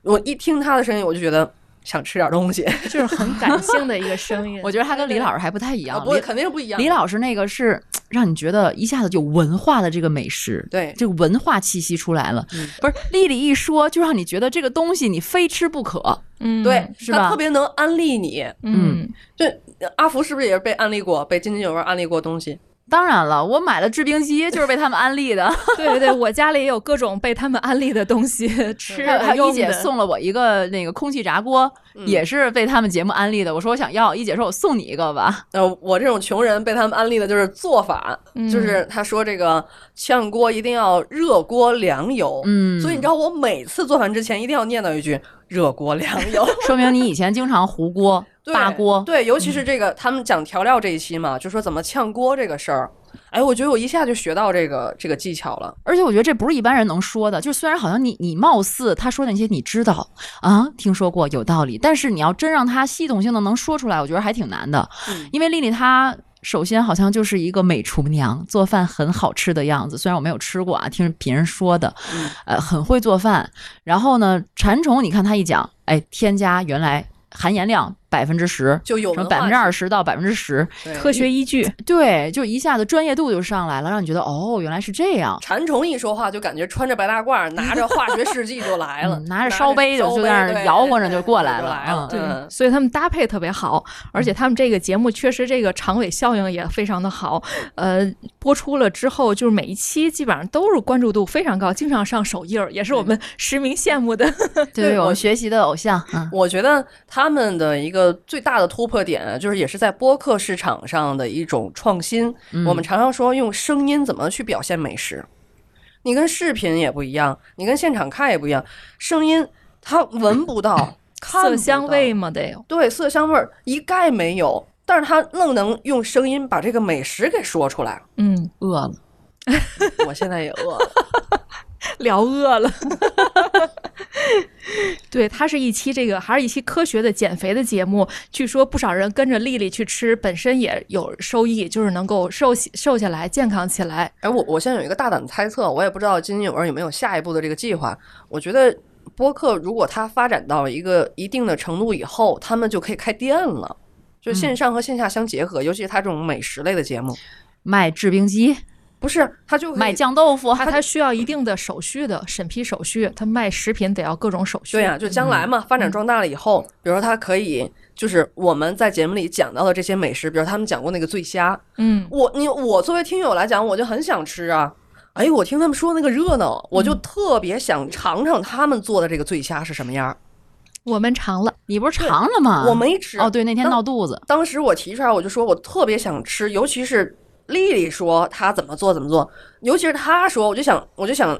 我一听她的声音，我就觉得想吃点东西， 就是很感性的一个声音。我觉得他跟李老师还不太一样，啊不李肯定不一样。李老师那个是让你觉得一下子有文化的这个美食，对，嗯这个文化气息出来了。不是丽丽一说，就让你觉得这个东西你非吃不可。嗯对，是他吧特别能安利你。嗯，对，阿福是不是也是被安利过，被津津有味安利过东西？当然了，我买了制冰机就是被他们安利的。对对对，我家里也有各种被他们安利的 东西吃还有还的、有一用姐的。嗯送了我一个那个空气炸锅，也是被他们节目安利的。我说我想要，一姐说我送你一个吧。呃，我这种穷人被他们安利的就是做法，嗯就是他说这个炝锅一定要热锅凉油，嗯所以你知道我每次做饭之前一定要念叨一句热锅凉油， 说明你以前经常糊锅、 对大锅。嗯对，尤其是这个他们讲调料这一期嘛，就说怎么炝锅这个事儿，哎，我觉得我一下就学到这个这个技巧了。而且我觉得这不是一般人能说的，就是虽然好像你你貌似他说的那些你知道啊，听说过有道理，但是你要真让他系统性的能说出来，我觉得还挺难的。嗯因为丽丽她首先好像就是一个美厨娘，做饭很好吃的样子，虽然我没有吃过啊，听别人说的，嗯呃，很会做饭。然后呢，馋虫，你看她一讲，哎，添加原来含盐量百分之十，就有什么文百化分之二十到百分之十，科学依据，对，就一下子专业度就上来了，让你觉得哦，原来是这样。馋虫一说话，就感觉穿着白大褂，拿着化学试剂就来了，嗯拿着烧杯就烧就在那儿对摇晃着就过来就了来了，嗯嗯对，所以他们搭配特别好，而且他们这个节目确实这个长尾效应也非常的好。呃，播出了之后，就是每一期基本上都是关注度非常高，经常上首页儿，也是我们实名羡慕的。 对我们学习的偶像，嗯，我觉得他们的一个最大的突破点，啊就是也是在播客市场上的一种创新。嗯我们常常说用声音怎么去表现美食，你跟视频也不一样，你跟现场看也不一样，声音它闻不 到，看不色到香味嘛得有。对色香味儿一概没有，但是他愣能用声音把这个美食给说出来。 嗯，饿了， 我现在也饿了，聊饿了。 对，它是一期这个还是一期科学的减肥的节目。据说不少人跟着丽丽去吃，本身也有收益，就是能够瘦起瘦下来，健康起来。哎，我我现在有一个大胆的猜测，我也不知道金金友儿有没有下一步的这个计划。我觉得播客如果它发展到一个一定的程度以后，他们就可以开店了，就嗯线上和线下相结合，尤其是它这种美食类的节目，卖制冰机，不是他就卖酱豆腐，它它需要一定的手续的审批手续，它卖食品得要各种手续。嗯对呀、啊嗯就将来嘛，发展壮大了以后，比如说它可以。就是我们在节目里讲到的这些美食，比如他们讲过那个醉虾，嗯，我你我作为听友来讲，我就很想吃啊。哎，我听他们说那个热闹，我嗯就特别想尝尝他们做的这个醉虾是什么样儿。嗯我们尝了，你不是尝了吗？我没吃。哦，对，那天闹肚子。当时我提出来，我就说我特别想吃，尤其是丽丽说她怎么做怎么做，尤其是她说，我就想我就想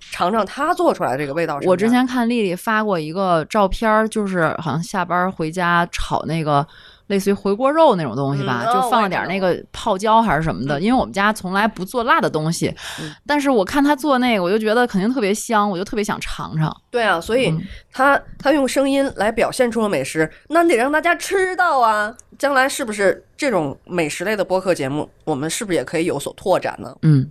尝尝她做出来的这个味道是什么样。我之前看丽丽发过一个照片儿，就是好像下班回家炒那个类似于回锅肉那种东西吧，嗯哦就放了点儿那个泡椒还是什嗯么的。因为我们家从来不做辣的东西，但是我看她做那个，我就觉得肯定特别香，我就特别想尝嗯尝。对啊，所以他他用声音来表现出了美食，那你得让大家吃到啊。将来是不是这种美食类的播客节目，我们是不是也可以有所拓展呢？嗯，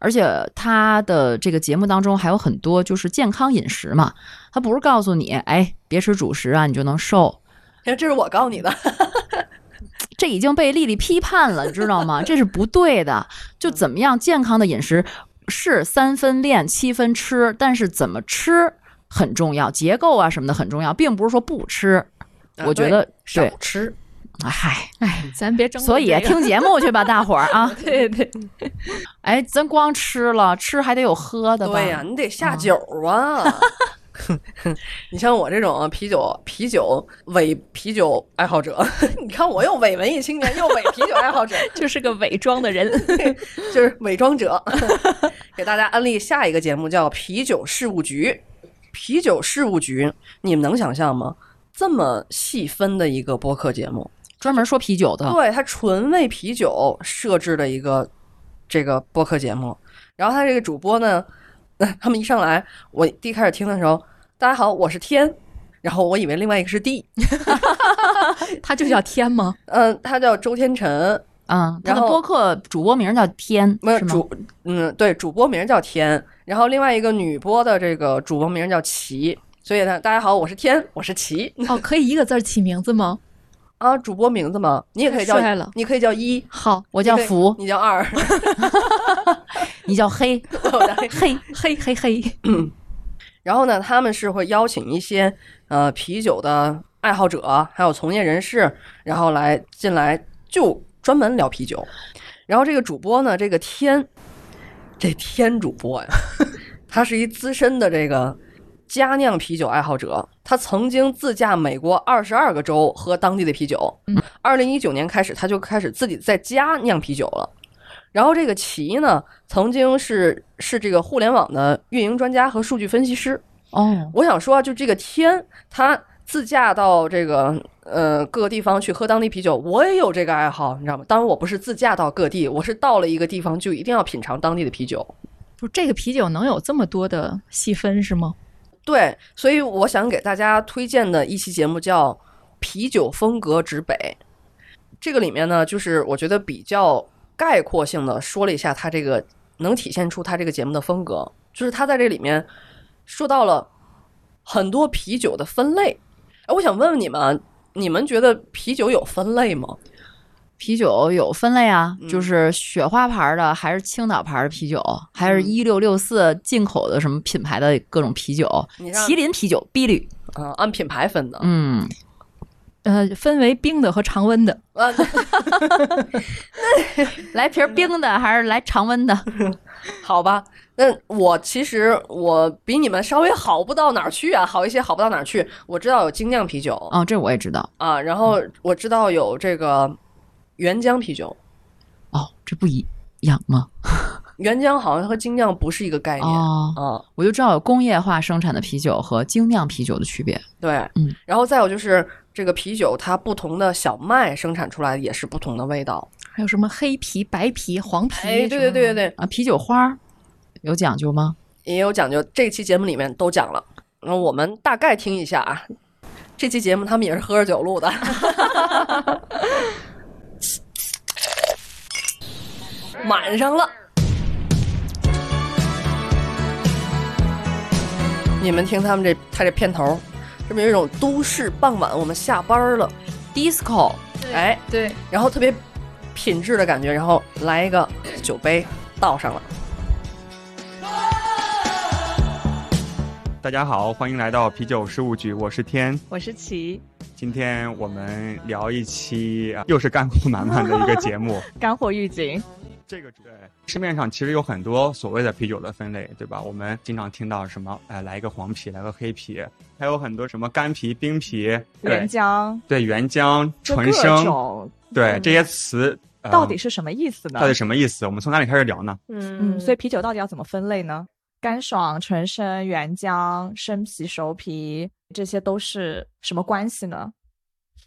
而且他的这个节目当中还有很多就是健康饮食嘛，他不是告诉你，哎，别吃主食啊，你就能瘦，哎，这是我告诉你的。 这已经被丽丽批判了，你知 道吗？这是不对的。嗯就怎么样健康的饮食是三分练七分吃，但是怎么吃很重要，结构啊什么的很重要，并不是说不吃。啊我觉对得少吃，嗨哎，咱别争论所以啊这个听节目去吧，大伙儿 啊。对对，哎，咱光吃了，吃还得有喝的吧？嗯对呀、你得下酒啊。 你像我这种啊啤酒啤酒伪啤酒爱好者，你看我又伪文艺青年，又伪啤酒爱好者， 就是个伪装 的人，就是伪装 者。 给大家安利下一个节目叫《啤酒事务局》，啤酒事务局，你们能想象吗？这么细分的一个播客节目，专门说啤酒的。对，它纯为啤酒设置的一个这个播客节目。然后它这个主播呢， 他们一上来，我第一开始听的时候，大家好，我是天，然后我以为另外一个是 地，他就叫天吗？嗯，他叫周天辰。嗯，他然的后播客主播名叫天，没有是吗？主，嗯，对，主播名叫天，然后另外一个女播的这个主播名叫齐，所以呢，大家好，我是天，我是齐。哦，可以一个字儿起名字吗？ 啊，主播名字吗？你也可以叫太帅了，你可以叫一，好，我叫福你叫二， 你叫黑， 黑黑黑黑。嗯，然后呢，他们是会邀请一些呃啤酒的爱好者，还有从业人士，然后来进来就专门聊啤酒。然后这个主播呢，这个天，这天主播呀， 他是一资深的这个佳酿啤酒爱好者，他曾经自驾美国二十二个州喝当地的啤酒。二零一九年开始，他就开始自己在家酿啤酒了。然后这个齐呢，曾经是是这个互联网的运营专家和数据分析师。哦，我想说啊，就这个天，他自驾到这个呃各个地方去喝当地啤酒，我也有这个爱好，你知道吗？当然我不是自驾到各地，我是到了一个地方就一定要品尝当地的啤酒。就这个啤酒能有这么多的细分是吗？对，所以我想给大家推荐的一期节目叫《啤酒风格指北》。这个里面呢，就是我觉得比较概括性的说了一下它这个能体现出它这个节目的风格，就是它在这里面说到了很多啤酒的分类。哎，我想问问你们啊，你们觉得啤酒有分类吗？啤酒有分类啊，嗯就是雪花牌的，还是青岛牌的啤酒，还嗯是一六六四进口的什么品牌的各种啤酒你，让麒麟啤酒、碧绿，啊，按品牌分的。嗯，呃，分为冰的和常温的。来瓶冰的还是来常 温的？好吧，那我其实我比你们稍微好不到哪儿去啊，好一些好不到哪儿去。我知道有精酿啤酒哦，这我也知道，啊，然后嗯我知道有这个原浆啤酒，这不一样吗？原浆好像和精酿不是一个概念哦，啊，我就知道有工业化生产的啤酒和精酿啤酒的区别。对，嗯，然后再有就是这个啤酒，它不同的小麦生产出来也是不同的味道。哎还有什么黑啤、白啤、黄啤？哎，对对对对对，啊，啤酒花儿有讲究吗？也有讲究，这期节目里面都讲了。然后我们大概听一下啊，这期节目他们也是喝着酒录的。 满上了，你们听他们这他这片头，这边有一种都市傍晚，我们下班了，disco，哎，对，然后特别品质的感觉，然后来一个酒杯倒上了。大家好，欢迎来到啤酒事务局，我是天，我是齐，今天我们聊一期、啊、又是干货满满的一个 节目。干货预警。这个对市面上其实有很多所谓的啤酒的分类，对吧？我们经常听到什么，哎、来一个黄啤，来个黑啤，还有很多什么干啤、冰啤、对原浆对原浆、就纯各生种，对嗯这些词、呃到底是什么意思呢？到底什么意思？我们从哪里开始聊呢？嗯，所以啤酒到底要怎么分类呢？干爽、纯生、原浆、生啤、熟啤，这些都是什么关系呢？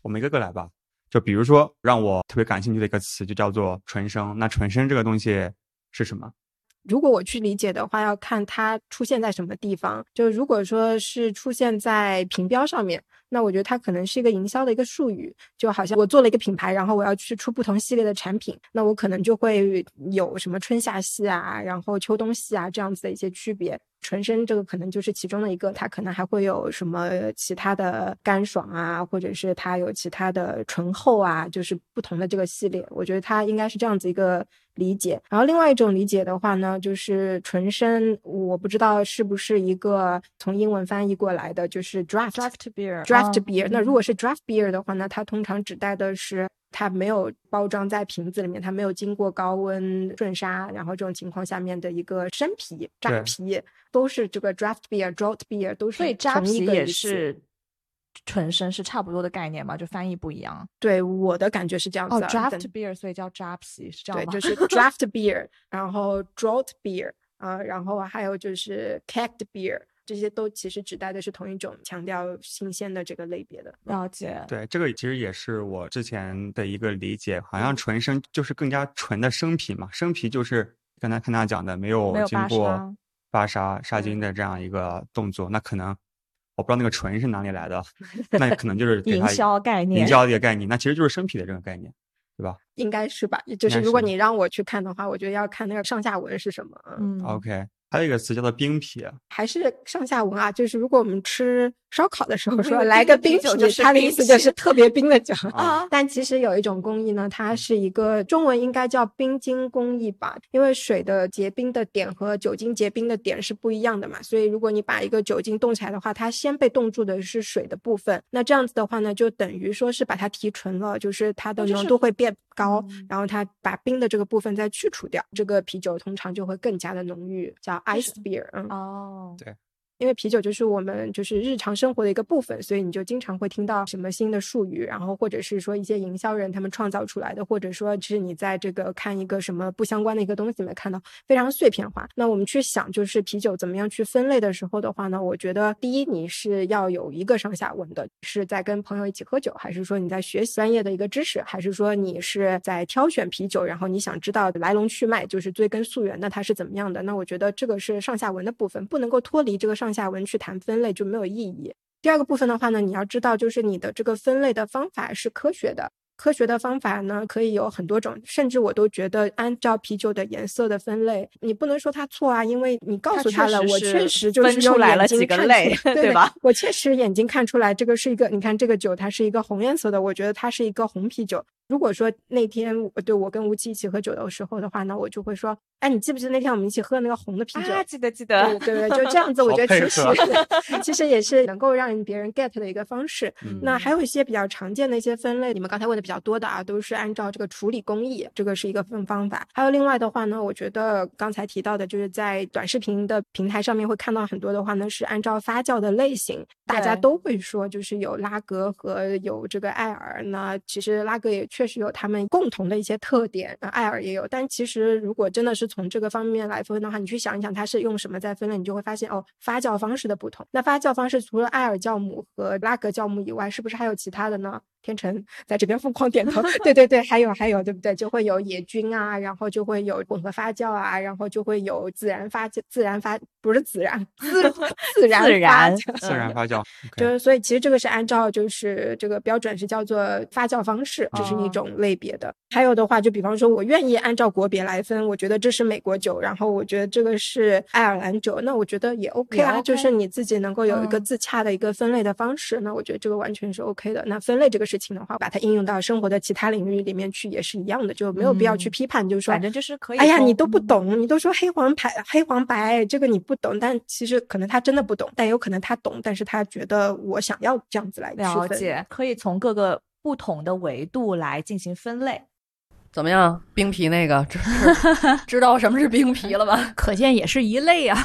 我们一个个来吧。就比如说，让我特别感兴趣的一个词，就叫做纯生。那纯生这个东西是什么？如果我去理解的话，要看它出现在什么地方。就如果说是出现在评标上面，那我觉得它可能是一个营销的一个术语，就好像我做了一个品牌，然后我要去出不同系列的产品，那我可能就会有什么春夏系啊，然后秋冬系啊这样子的一些区别。纯生这个可能就是其中的一个，它可能还会有什么其他的干爽啊，或者是它有其他的醇厚啊，就是不同的这个系列。我觉得它应该是这样子一个理解。然后另外一种理解的话呢，就是纯生，我不知道是不是一个从英文翻译过来的，就是 draft draft beer draft 啊 beer、那如果嗯是 draft beer 的话呢，它通常指代的是它没有包装在瓶子里面，它没有经过高温瞬杀，然后这种情况下面的一个生啤、对扎啤都是这个 draft beer、draft beer 都是所以扎同一啤个也意思是纯生，是差不多的概念嘛，就翻译不一样。对我的感觉是这样子哦啊但，draft beer，所以叫扎啤，是这样对，吗？就是 draft beer，然后 draught beer 啊、然后还有就是 kegged beer，这些都其实指代的是同一种强调新鲜的这个类别的。嗯 了解，对，这个其实也是我之前的一个理解，好像纯生就是更加纯的生啤嘛，生啤就是刚才看大家讲的没有没有经巴过沙嗯巴沙杀菌的这样一个动作，那可能我不知道那个纯是哪里 来的，那可能就是给营它一销概营念销的一个概念，那其实就是生啤的这个概念，对吧？应该是吧，就是该如果是你让我去看的话，我觉得要看那个上下文是什么。嗯 OK，还有一个词叫做冰啤，啊还是上下文啊，就是如果我们吃烧烤的时候如说果来冰个的冰啤酒啤就是它的冰意思就啤是 特别冰的酒啊。但其实有一种工艺呢，它是一个中文应该叫冰晶工艺吧，因为水的结冰的点和酒精结冰的点是不一样的嘛，所以如果你把一个酒精冻起来的话，它先被冻住的是水的部分，那这样子的话呢，就等于说是把它提纯了，就是它的哦就是嗯浓度会变高，然后它把冰的这个部分再去除掉，这个啤酒通常就会更加的浓郁，叫 ice beer。嗯，哦，对，因为啤酒就是我们就是日常生活的一个部分，所以你就经常会听到什么新的术语，然后或者是说一些营销人他们创造出来的，或者说是你在这个看一个什么不相关的一个东西里面看到非常碎片化。那我们去想就是啤酒怎么样去分类的时候的话呢，我觉得第一你是要有一个上下文的，是在跟朋友一起喝酒，还是说你在学习专业的一个知识，还是说你是在挑选啤酒，然后你想知道来龙去脉，就是追根溯源，那它是怎么样的？那我觉得这个是上下文的部分，不能够脱离这个上下文去谈分类就没有意义。第二个部分的话呢，你要知道，就是你的这个分类的方法是科学的。科学的方法呢，可以有很多种，甚至我都觉得按照啤酒的颜色的分类，你不能说它错啊，因为你告它诉他确了，实我是确实就分是出用来眼了睛几个看出类对对吧我确实眼睛看出来，这个是一个，你看这个酒，它是一个红颜色的，我觉得它是一个红啤酒。如果说那天我对我跟吴奇一起喝酒的时候的话呢，我就会说，哎，你记不记得那天我们一起喝那个红的啤酒？啊记得记得对对对，就这 样子，我好觉得配其合实其实也是能够让别人 get 的一个方式。嗯那还有一些比较常见的一些分类，你们刚才问的比较多的啊，都是按照这个处理工艺，这个是一个分方法。还有另外的话呢，我觉得刚才提到的，就是在短视频的平台上面会看到很多的话呢，是按照发酵的类型，大家对都会说，就是有拉格和有这个艾尔。那其实拉格也确实有他们共同的一些特点，呃艾尔也有。但其实如果真的是从这个方面来分的话，你去想一想它是用什么在分类，你就会发现哦，发酵方式的不同。那发酵方式除了艾尔酵母和拉格酵母以外，是不是还有其他的呢？天成在这边疯狂点头， 对对对，还有还有，对不对？就会有野菌啊，然后就会有混合发酵啊，然后就会有自然发酵，自然发不是自然，自 自然自发然酵自然发酵，就是所以其实这个是按照就是这个标准是叫做发酵方式，这哦是一种类别的。还有的话，就比方说我愿意按照国别来分，我觉得这是美国酒，然后我觉得这个是爱尔兰酒，那我觉得也 OK 也啊，就 OK 是你自己能够有一个嗯自洽的一个分类的方式，那我觉得这个完全是 OK 的。那分类这个事情的话，把它应用到生活的其他领域里面去也是一样的，就没有必要去嗯批判，就是说，反正就是可以哎呀，通你都不懂，你都说黑黄白黑黄白这个你不懂，但其实可能他真的不懂，但有可能他懂，但是他觉得我想要这样子来区了分解，可以从各个不同的维度来进行分类。怎么样？冰皮那 个知知道什么是冰皮了吧？可见也是一类啊。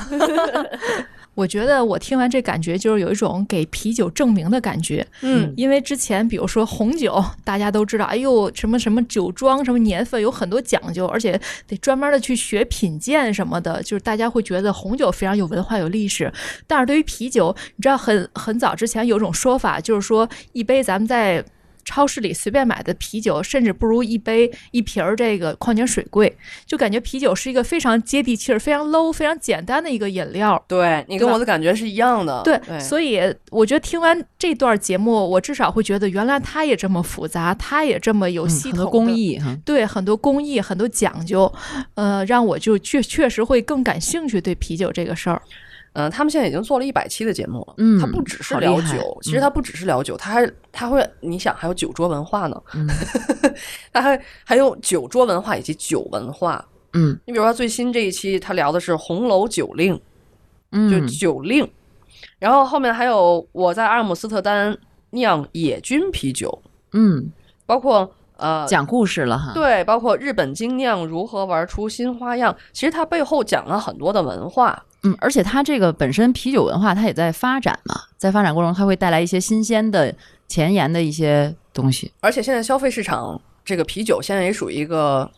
我觉得我听完这感觉就是有一种给啤酒证明的感觉，嗯因为之前比如说红酒，大家都知道，哎呦什么什么酒庄、什么年份有很多讲究，而且得专门的去学品鉴什么的，就是大家会觉得红酒非常有文化、有历史。但是对于啤酒，你知道很很早之前有种说法，就是说一杯咱们在超市里随便买的啤酒，甚至不如一杯一瓶儿这个矿泉水贵，就感觉啤酒是一个非常接地气儿、非常 low、非常简单的一个饮料。对你跟吧我的感觉是一样的。对，以所以我觉得听完这段节目，我至少会觉得原来它也这么复杂，它也这么有系嗯统、很多工艺哈对很多工艺、很多讲究，呃，让我就确确实会更感兴趣对啤酒这个事儿。嗯、他们现在已经做了一百期的节目了，嗯他不只是好厉聊害嗯酒，其实他不只是聊酒，他还他会，你想还有酒桌文化呢，嗯 他还还有酒桌文化以及酒文化。嗯你比如说最新这一期，他聊的是红楼酒令，嗯，就酒令，然后后面还有我在阿姆斯特丹酿野菌啤酒，嗯，包括呃讲故事了哈。，对，包括日本精酿如何玩出新花样，其实它背后讲了很多的文化。嗯，而且它这个本身啤酒文化它也在发展嘛，在发展过程中它会带来一些新鲜的前沿的一些东西。而且现在消费市场，这个啤酒现在也属于一个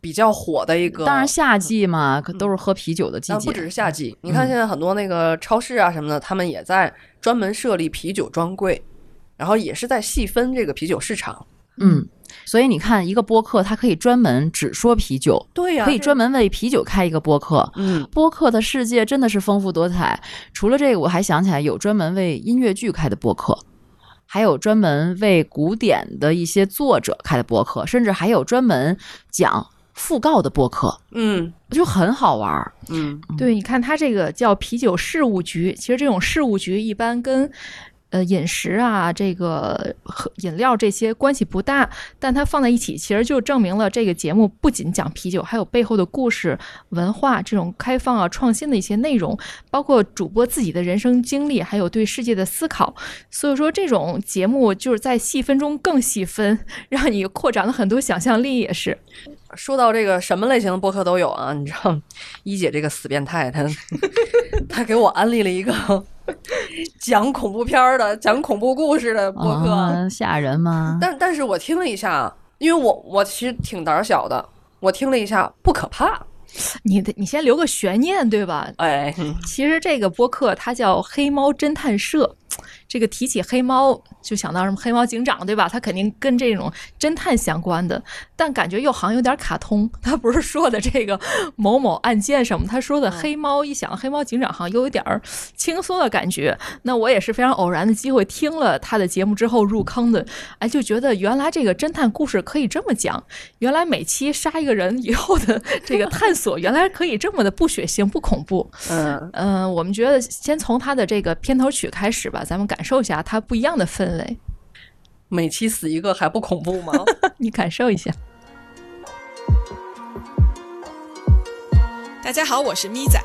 比较火的一个，当然夏季嘛，嗯可都是喝啤酒的季但节。不只是夏季。你看现在很多那个超市啊什么的，他们也在专门设立啤酒专柜，然后也是在细分这个啤酒市场。嗯，所以你看，一个播客它可以专门只说啤酒，对呀可以这专门为啤酒开一个播客。嗯，播客的世界真的是丰富多彩。除了这个，我还想起来有专门为音乐剧开的播客，还有专门为古典的一些作者开的播客，甚至还有专门讲讣告的播客，嗯，就很好玩儿。嗯，对，你看它这个叫啤酒事务局，其实这种事务局一般跟。呃，饮食啊，这个和饮料这些关系不大，但它放在一起，其实就证明了这个节目不仅讲啤酒，还有背后的故事、文化这种开放啊、创新的一些内容，包括主播自己的人生经历，还有对世界的思考。所以说，这种节目就是在细分中更细分， 让你扩展了很多想象力，也是。说到这个什么类型的播客都有啊，你知道， 一姐这个死变态，她 她给我安利了一个 讲恐怖片儿的、讲恐怖故事的播客，啊，吓人 吗？但但是我听了一下，因为我我其实挺胆儿小的，我听了一下不可怕，你得你先留个悬念，对吧？哎，其实这个播客它叫《黑猫侦探社》，这个提起黑猫就想到什么黑猫警长，对吧？它肯定跟这种侦探相关的，但感觉又好像有点卡通。它不是说的这个某某案件什么，他说的黑猫，一想黑猫警长好像又有点儿轻松的感觉。那我也是非常偶然的机会听了他的节目之后入坑的，哎，就觉得原来这个侦探故事可以这么讲，原来每期杀一个人以后的这个探索，原来可以这么的不血腥不恐怖。嗯嗯，我们觉得先从它的这个片头曲开始吧，咱们感受一下它不一样的氛围。 每期死一个还不恐怖吗？你感受一下。 大家好，我是咪仔，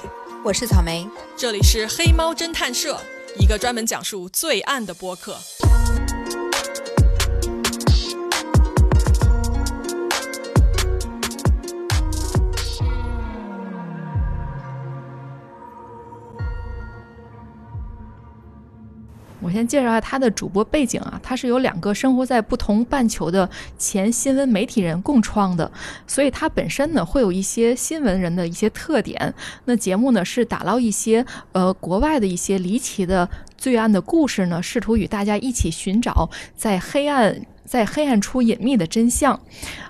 我是草莓。这里是黑猫侦探社，一个专门讲述罪案的播客。我我先介绍一下他的主播背景啊，他是由两个生活在不同半球的前新闻媒体人共创的，所以他本身呢会有一些新闻人的一些特点。那节目呢是打捞一些呃国外的一些离奇的罪案的故事呢，试图与大家一起寻找在黑暗。在黑暗处隐秘的真相。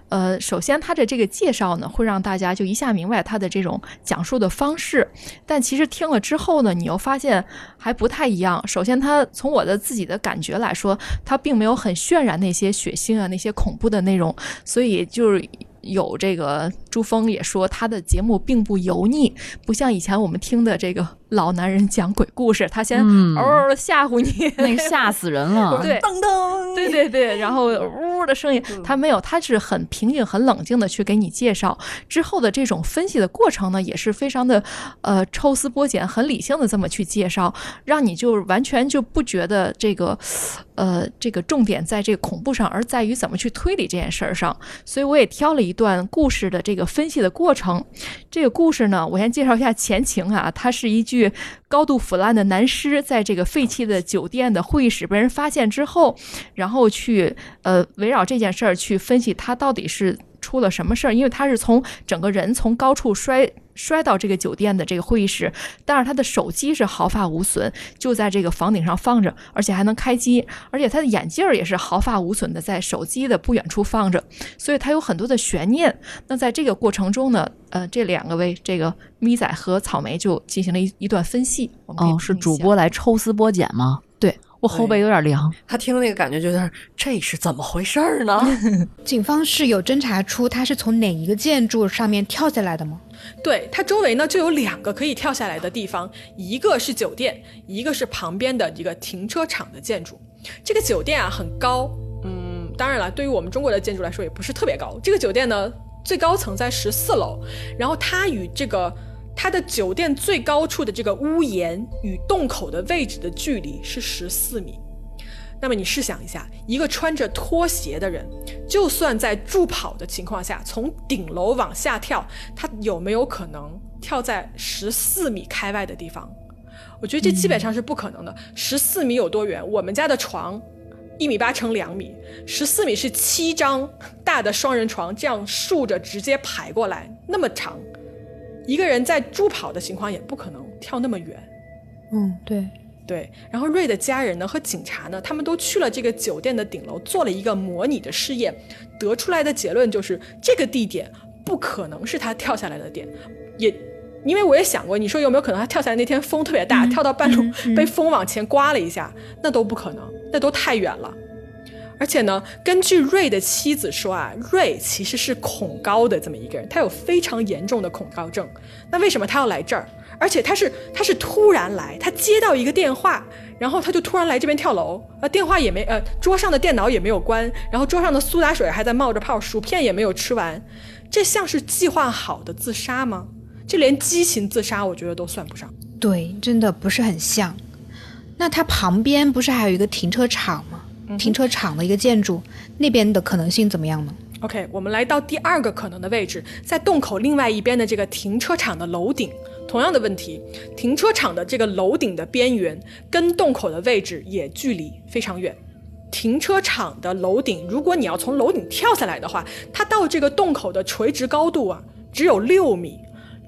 呃，首先他的这个介绍呢，会让大家就一下明白他的这种讲述的方式，但其实听了之后呢，你又发现还不太一样。首先，他从我的自己的感觉来说，他并没有很渲染那些血腥啊、那些恐怖的内容，所以就是。有这个朱峰也说，他的节目并不油腻，不像以前我们听的这个老男人讲鬼故事，他先嗯嗷嗷的吓唬你，那个吓死 人了对，噔噔，对对对，然后呜的声音，他没有，他是很平静、很冷静的去给你介绍之后的这种分析的过程呢，也是非常的呃抽丝剥茧、很理性的这么去介绍，让你就完全就不觉得这个呃这个重点在这个恐怖上，而在于怎么去推理这件事儿上。所以我也挑了一段故事的这个分析的过程。这个故事呢，我先介绍一下前情啊，它是一具高度腐烂的男尸在这个废弃的酒店的会议室被人发现之后，然后去呃围绕这件事儿去分析他到底是出了什么事儿，因为他是从整个人从高处摔。摔到这个酒店的这个会议室，但是他的手机是毫发无损，就在这个房顶上放着，而且还能开机，而且他的眼镜儿也是毫发无损的，在手机的不远处放着，所以他有很多的悬念。那在这个过程中呢，呃，这两个位，这个咪仔和草莓就进行了一一段分析。我们可以哦，是主播来抽丝剥茧吗？对我后背有点凉。他听那个感觉就是这是怎么回事儿呢？ 警方是有侦查出他是从哪一个建筑上面跳下来的吗？对，它周围呢就有两个可以跳下来的地方，一个是酒店，一个是旁边的一个停车场的建筑。这个酒店啊很高，嗯，当然了，对于我们中国的建筑来说也不是特别高。这个酒店呢最高层在十四楼，然后它与这个它的酒店最高处的这个屋檐与洞口的位置的距离是十四米。那么你试想一下，一个穿着拖鞋的人，就算在助跑的情况下，从顶楼往下跳，他有没有可能跳在十四米开外的地方？我觉得这基本上是不可能的。十四米有多远？我们家的床一米八乘两米，十四米是七张大的双人床，这样竖着直接排过来，那么长，一个人在助跑的情况也不可能跳那么远。嗯，对，对，然后瑞的家人呢和警察呢，他们都去了这个酒店的顶楼做了一个模拟的试验，得出来的结论就是这个地点不可能是他跳下来的点，也。因为我也想过，你说有没有可能他跳下来那天风特别大，跳到半路被风往前刮了一下，那都不可能，那都太远了。而且呢，根据瑞的妻子说啊，瑞其实是恐高的这么一个人，他有非常严重的恐高症。那为什么他要来这儿？而且他是他是突然来，他接到一个电话，然后他就突然来这边跳楼，呃，电话也没呃，桌上的电脑也没有关，然后桌上的苏打水还在冒着泡，薯片也没有吃完，这像是计划好的自杀吗？这连激情自杀，我觉得都算不上。对，真的不是很像。那它旁边不是还有一个停车场吗？嗯停车场的一个建筑，那边的可能性怎么样呢？ OK，我们来到第二个可能的位置，在洞口另外一边的这个停车场的楼顶，同样的问题，停车场的这个楼顶的边缘跟洞口的位置也距离非常远。停车场的楼顶，如果你要从楼顶跳下来的话，它到这个洞口的垂直高度啊，只有六米。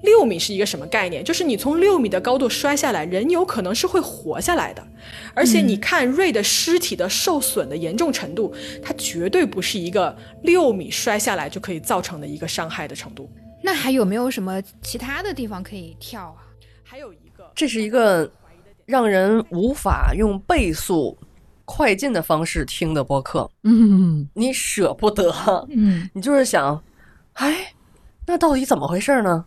六米是一个什么概念？就是你从六米的高度摔下来，人有可能是会活下来的。而且你看瑞的尸体的受损的严重程度，它绝对不是一个六米摔下来就可以造成的一个伤害的程度。那还有没有什么其他的地方可以跳啊？还有一个，这是一个让人无法用倍速快进的方式听的播客，嗯你舍不得，嗯，你就是想，哎，那到底怎么回事呢？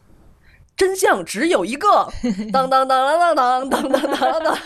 真相只有一个，当当当当当当当当当当。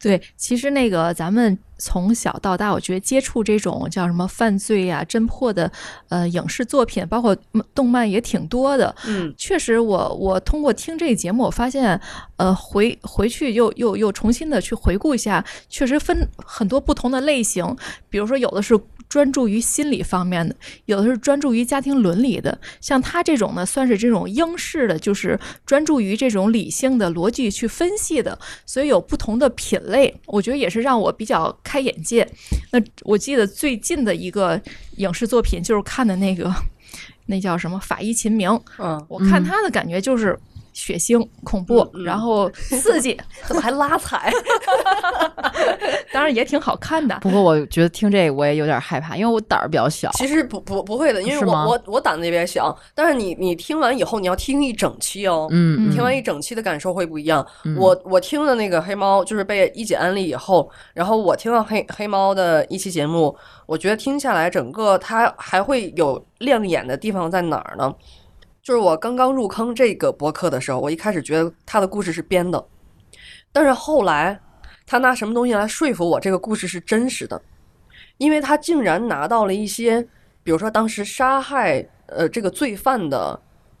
对，其实那个咱们从小到大，我觉得接触这种叫什么犯罪啊、侦破的呃影视作品，包括嗯动漫也挺多的。嗯，确实我，我通过听这个节目，我发现，呃，回回去又又又重新的去回顾一下，确实分很多不同的类型，比如说有的是。专注于心理方面的，有的是专注于家庭伦理的。像他这种呢，算是这种英式的，就是专注于这种理性的逻辑去分析的，所以有不同的品类，我觉得也是让我比较开眼界。那我记得最近的一个影视作品就是看的那个， 那叫什么《法医秦明》。嗯，我看他的感觉就是血腥、恐怖，然后刺激， 怎么还拉踩？ 当然也挺好看的。不过我觉得听这个我也有点害怕，因为我胆儿比较小。其实不不不会的，因为是我吗我我胆子也比较小，但是你你听完以后，你要听一整期哦，嗯你听嗯完一整期的感受会不一样。嗯我我听了那个黑猫，就是被一姐安利以后，然后我听了黑黑猫的一期节目，我觉得听下来，整个它还会有亮眼的地方在哪儿呢？就是我刚刚入坑这个博客的时候，我一开始觉得他的故事是编的，但是后来他拿什么东西来说服我这个故事是真实的，因为他竟然拿到了一些，比如说当时杀害呃这个罪犯的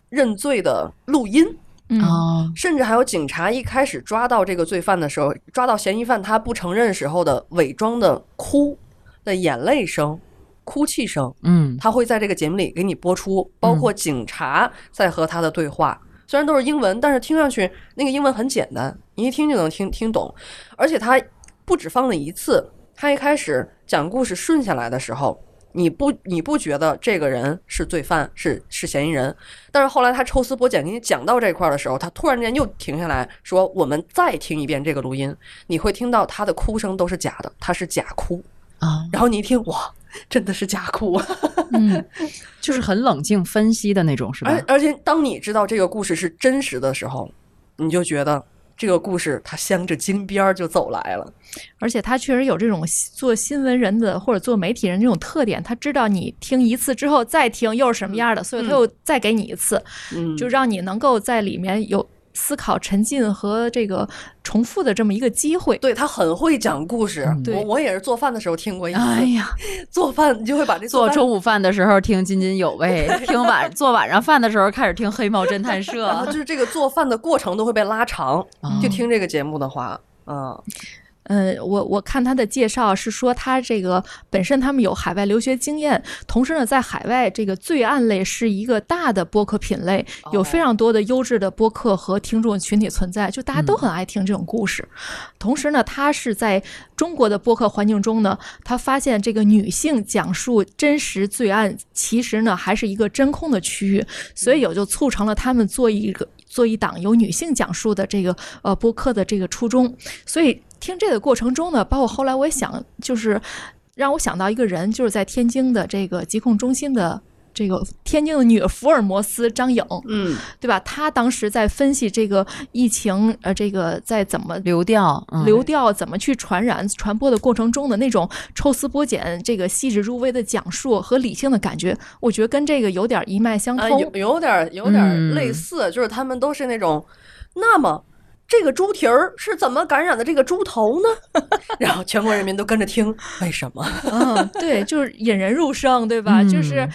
认罪的录音，嗯哦，甚至还有警察一开始抓到这个罪犯的时候，抓到嫌疑犯他不承认时候的伪装的哭的眼泪声、哭泣声，嗯他会在这个节目里给你播出，包括警察在和他的对话。虽然都是英文，但是听上去那个英文很简单，你一听就能听听懂。而且他不止放了一次，他一开始讲故事顺下来的时候，你不你不觉得这个人是罪犯，是是嫌疑人，但是后来他抽丝剥茧给你讲到这块儿的时候，他突然间又停下来说：“我们再听一遍这个录音，你会听到他的哭声都是假的，他是假哭。” 啊，然后你一听，哇，真的是假哭。啊嗯，就是很冷静分析的那种，是吧？而而且当你知道这个故事是真实的时候，你就觉得这个故事它镶着金边儿就走来了。而且他确实有这种做新闻人的或者做媒体人这种特点，他知道你听一次之后再听又是什么样的，所以他又再给你一次，嗯就让你能够在里面有思考、沉浸和这个重复的这么一个机会。对他很会讲故事，对我我也是做饭的时候听过一次。嗯哎呀， 做饭你就会把这做饭中午饭的时候听津津有 味，哎听晚做晚上饭的时候开始听黑猫侦探社啊然，后就是这个做饭的过程都会被拉长。就听这个节目的话，嗯，呃，我我看他的介绍是说，他这个本身他们有海外留学经验，同时呢，在海外这个罪案类是一个大的播客品类，有非常多的优质的播客和听众群体存在，就大家都很爱听这种故事。同时呢，他是在中国的播客环境中呢，他发现这个女性讲述真实罪案，其实呢还是一个真空的区域，所以也就促成了他们做一个做一档由女性讲述的这个呃播客的这个初衷。所以听这个过程中呢，包括后来我也想，就是让我想到一个人，就是在天津的这个疾控中心的。这个天津的女福尔摩斯张颖，嗯，对吧？她当时在分析这个疫情，呃，这个在怎么流调、嗯流调怎么去传染、传播的过程中的那种抽丝剥茧、这个细致入微的讲述和理性的感觉，我觉得跟这个有点一脉相啊，通。有有点儿有点儿嗯类似，就是他们都是那种，那么。这个猪蹄儿是怎么感染的这个猪头呢？ 然后全国人民都跟着听，为什么？ 嗯，对，就是引人入胜，对吧？就是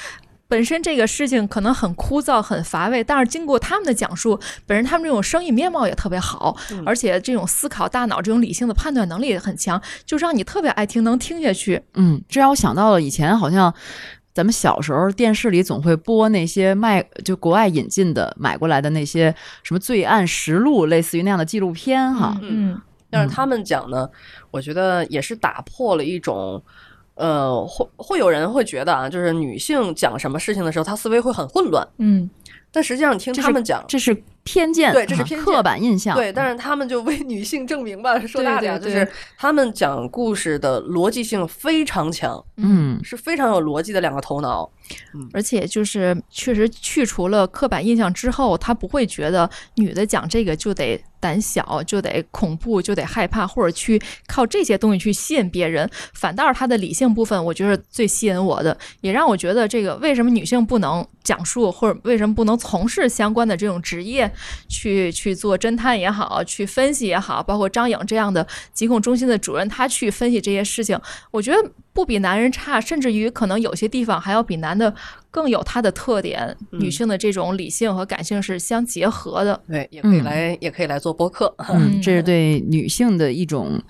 本身这个事情可能很枯燥、很乏味，但是经过他们的讲述，本身他们这种生意面貌也特别好，嗯而且这种思考大脑、这种理性的判断能力也很强，就让你特别爱听，能听下去。嗯，这让我想到了以前好像。咱们小时候电视里总会播那些卖就国外引进的买过来的那些什么罪案实录，类似于那样的纪录片哈。嗯，但是他们讲呢，我觉得也是打破了一种，呃，会会有人会觉得啊，就是女性讲什么事情的时候，她思维会很混乱，嗯，但实际上你听这他是们讲，这是偏见，对，这是啊偏见刻板印象。对，但是他们就为女性证明吧，说对大对点，就对是他们讲故事的逻辑性非常强，嗯是非常有逻辑的两个头脑。嗯而且就是确实去除了刻板印象之后，他不会觉得女的讲这个就得胆小，就得恐怖，就得害怕，或者去靠这些东西去吸引别人。反倒是他的理性部分，我觉得是最吸引我的，也让我觉得这个为什么女性不能讲述，或者为什么不能从事相关的这种职业，去去做侦探也好，去分析也好，包括张颖这样的疾控中心的主任，他去分析这些事情，我觉得不比男人差，甚至于可能有些地方还要比男的更有他的特点。嗯女性的这种理性和感性是相结合的。嗯对，也可以嗯来，也可以来做播客。嗯，这是对女性的一种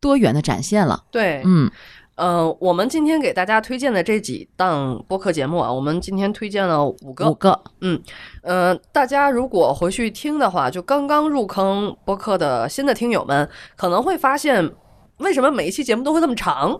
多元的展现了。对，嗯，呃，我们今天给大家推荐的这几档播客节目啊，我们今天推荐了五个，五个，嗯，呃，大家如果回去听的话，就刚刚入坑播客的新的听友们，可能会发现为什么每一期节目都会这么长。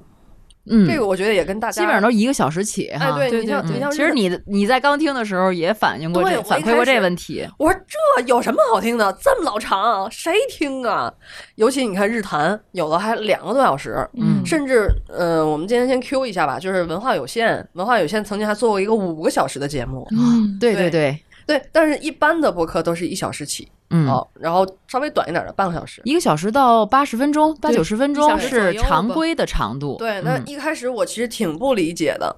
嗯这个我觉得也跟大家基本上都一个小时起哎哈。对你像你像嗯其日实本你你在刚听的时候也反映过对这我一反馈开过始这问题。我说这有什么好听的？这么老长，谁听啊？尤其你看日坛，有的还两个多小时，嗯甚至呃，我们今天先 Q 一下吧，就是文化有限，文化有限曾经还做过一个五个小时的节目，嗯，对对对对，对，但是一般的播客都是一小时起，嗯哦，然后稍微短一点的半个小时。一个小时到八十分钟，八九十分一小钟时左是右吧常规的长度。对，那嗯一开始我其实挺不理解的，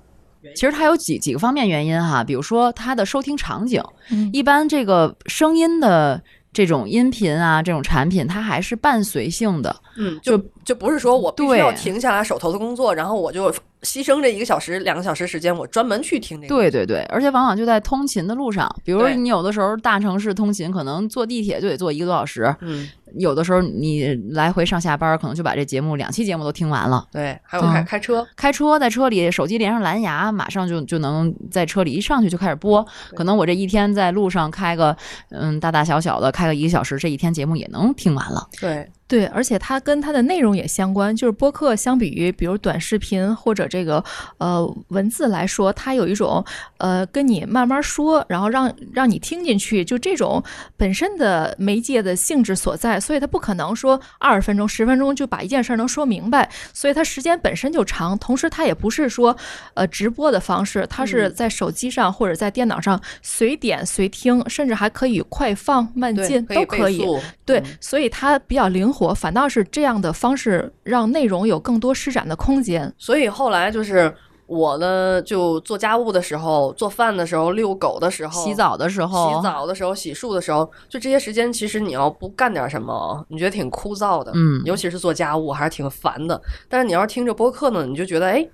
其实它有几几个方面原因哈，比如说它的收听场景，嗯一般这个声音的这种音频啊，这种产品它还是伴随性的，嗯，就就不是说我必须对要停下来手头的工作，然后我就牺牲这一个小时、两个小时时间，我专门去听这个。对对对，而且往往就在通勤的路上，比如说对你有的时候大城市通勤，可能坐地铁就得坐一个多小时，嗯，有的时候你来回上下班，可能就把这节目两期节目都听完了。对，还有开、嗯开车，开车在车里，手机连上蓝牙，马上就就能在车里一上去就开始播。可能我这一天在路上开个，嗯，大大小小的开个一个小时，这一天节目也能听完了。对对，而且它跟它的内容也相关。就是播客相比于比如短视频或者这个呃文字来说，它有一种呃跟你慢慢说，然后让让你听进去，就这种本身的媒介的性质所在，所以它不可能说二十分钟、十分钟就把一件事儿能说明白，所以它时间本身就长。同时，它也不是说呃直播的方式，它是嗯在手机上或者在电脑上随点随听，甚至还可以快放慢对进可以都倍可以速。嗯对，所以它比较灵活，反倒是这样的方式让内容有更多施展的空间。所以后来就是我呢，就做家务的时候、做饭的时候、遛狗的时候、洗澡的时候洗澡的时候、洗漱的时候，就这些时间，其实你要不干点什么，你觉得挺枯燥的，嗯尤其是做家务还是挺烦的。但是你要是听着播客呢，你就觉得哎，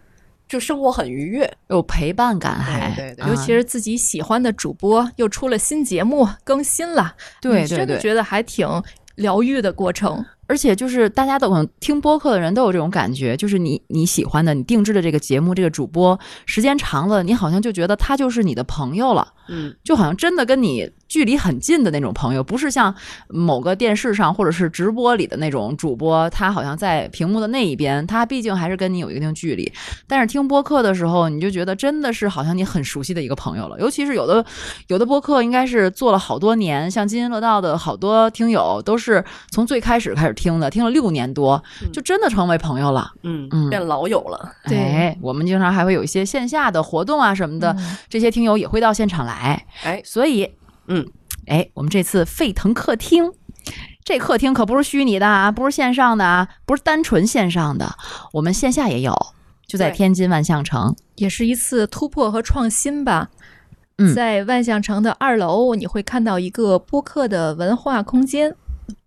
就生活很愉悦，有陪伴感还，啊对尤其是自己喜欢的主播又出了新节目，更新了，对你对真的对觉得还挺疗愈的过程。而且就是大家都可能听播客的人都有这种感觉，就是你你喜欢的、你定制的这个节目、这个主播，时间长了，你好像就觉得他就是你的朋友了，嗯，就好像真的跟你距离很近的那种朋友，不是像某个电视上或者是直播里的那种主播，他好像在屏幕的那一边，他毕竟还是跟你有一定距离。但是听播客的时候，你就觉得真的是好像你很熟悉的一个朋友了，尤其是有的有的播客应该是做了好多年，像津津乐道的好多听友都是从最开始开始听的，听了六年多，就真的成为朋友了。嗯嗯变老友了。对哎，我们经常还会有一些线下的活动啊什么的，这些听友也会到现场来。哎，所以，嗯，哎，我们这次沸腾客厅。这客厅可不是虚拟的啊，不是线上的啊，不是单纯线上的，我们线下也有，就在对天津万象城。也是一次突破和创新吧。嗯在万象城的二楼，你会看到一个播客的文化空间。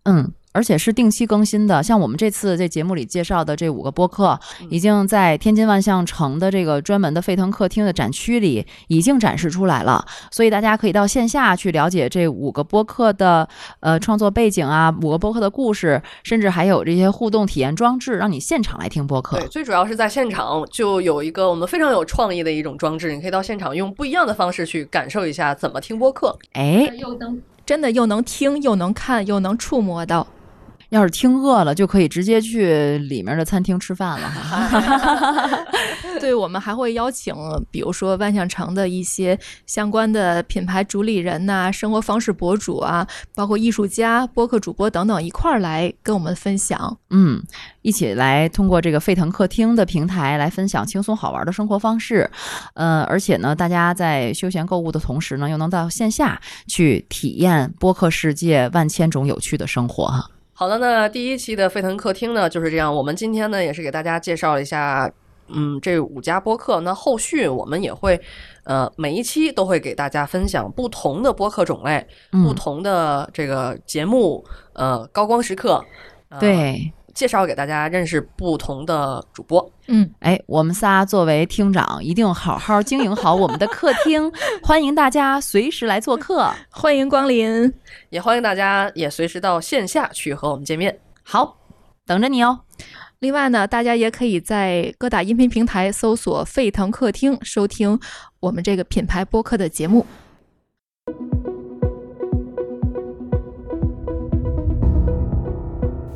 嗯，而且是定期更新的。像我们这次这节目里介绍的这五个播客，嗯已经在天津万象城的这个专门的沸腾客厅的展区里已经展示出来了，所以大家可以到线下去了解这五个播客的呃创作背景啊，五个播客的故事，甚至还有这些互动体验装置，让你现场来听播客。最主要是在现场就有一个我们非常有创意的一种装置，你可以到现场用不一样的方式去感受一下怎么听播客。哎，真的又能听又能看又能触摸到。要是听饿了，就可以直接去里面的餐厅吃饭了 哈。对，我们还会邀请，比如说万象城的一些相关的品牌主理人呐、生活方式博主啊，包括艺术家、播客主播等等一块儿来跟我们分享。嗯，一起来通过这个沸腾客厅的平台来分享轻松好玩的生活方式，呃，而且呢，大家在休闲购物的同时呢，又能到线下去体验播客世界万千种有趣的生活哈。好的，那第一期的沸腾客厅呢就是这样。我们今天呢也是给大家介绍了一下，嗯，这五家播客。那后续我们也会，呃，每一期都会给大家分享不同的播客种类、嗯不同的这个节目，呃，高光时刻，呃、，对，介绍给大家认识不同的主播。嗯，哎，我们仨作为厅长，一定好好经营好我们的客 厅，欢迎大家随时来做客，欢迎光临，也欢迎大家也随时到线下去和我们见面。好，等着你哦。另外呢，大家也可以在各大音频平台搜索“沸腾客厅”，收听我们这个品牌播客的节目。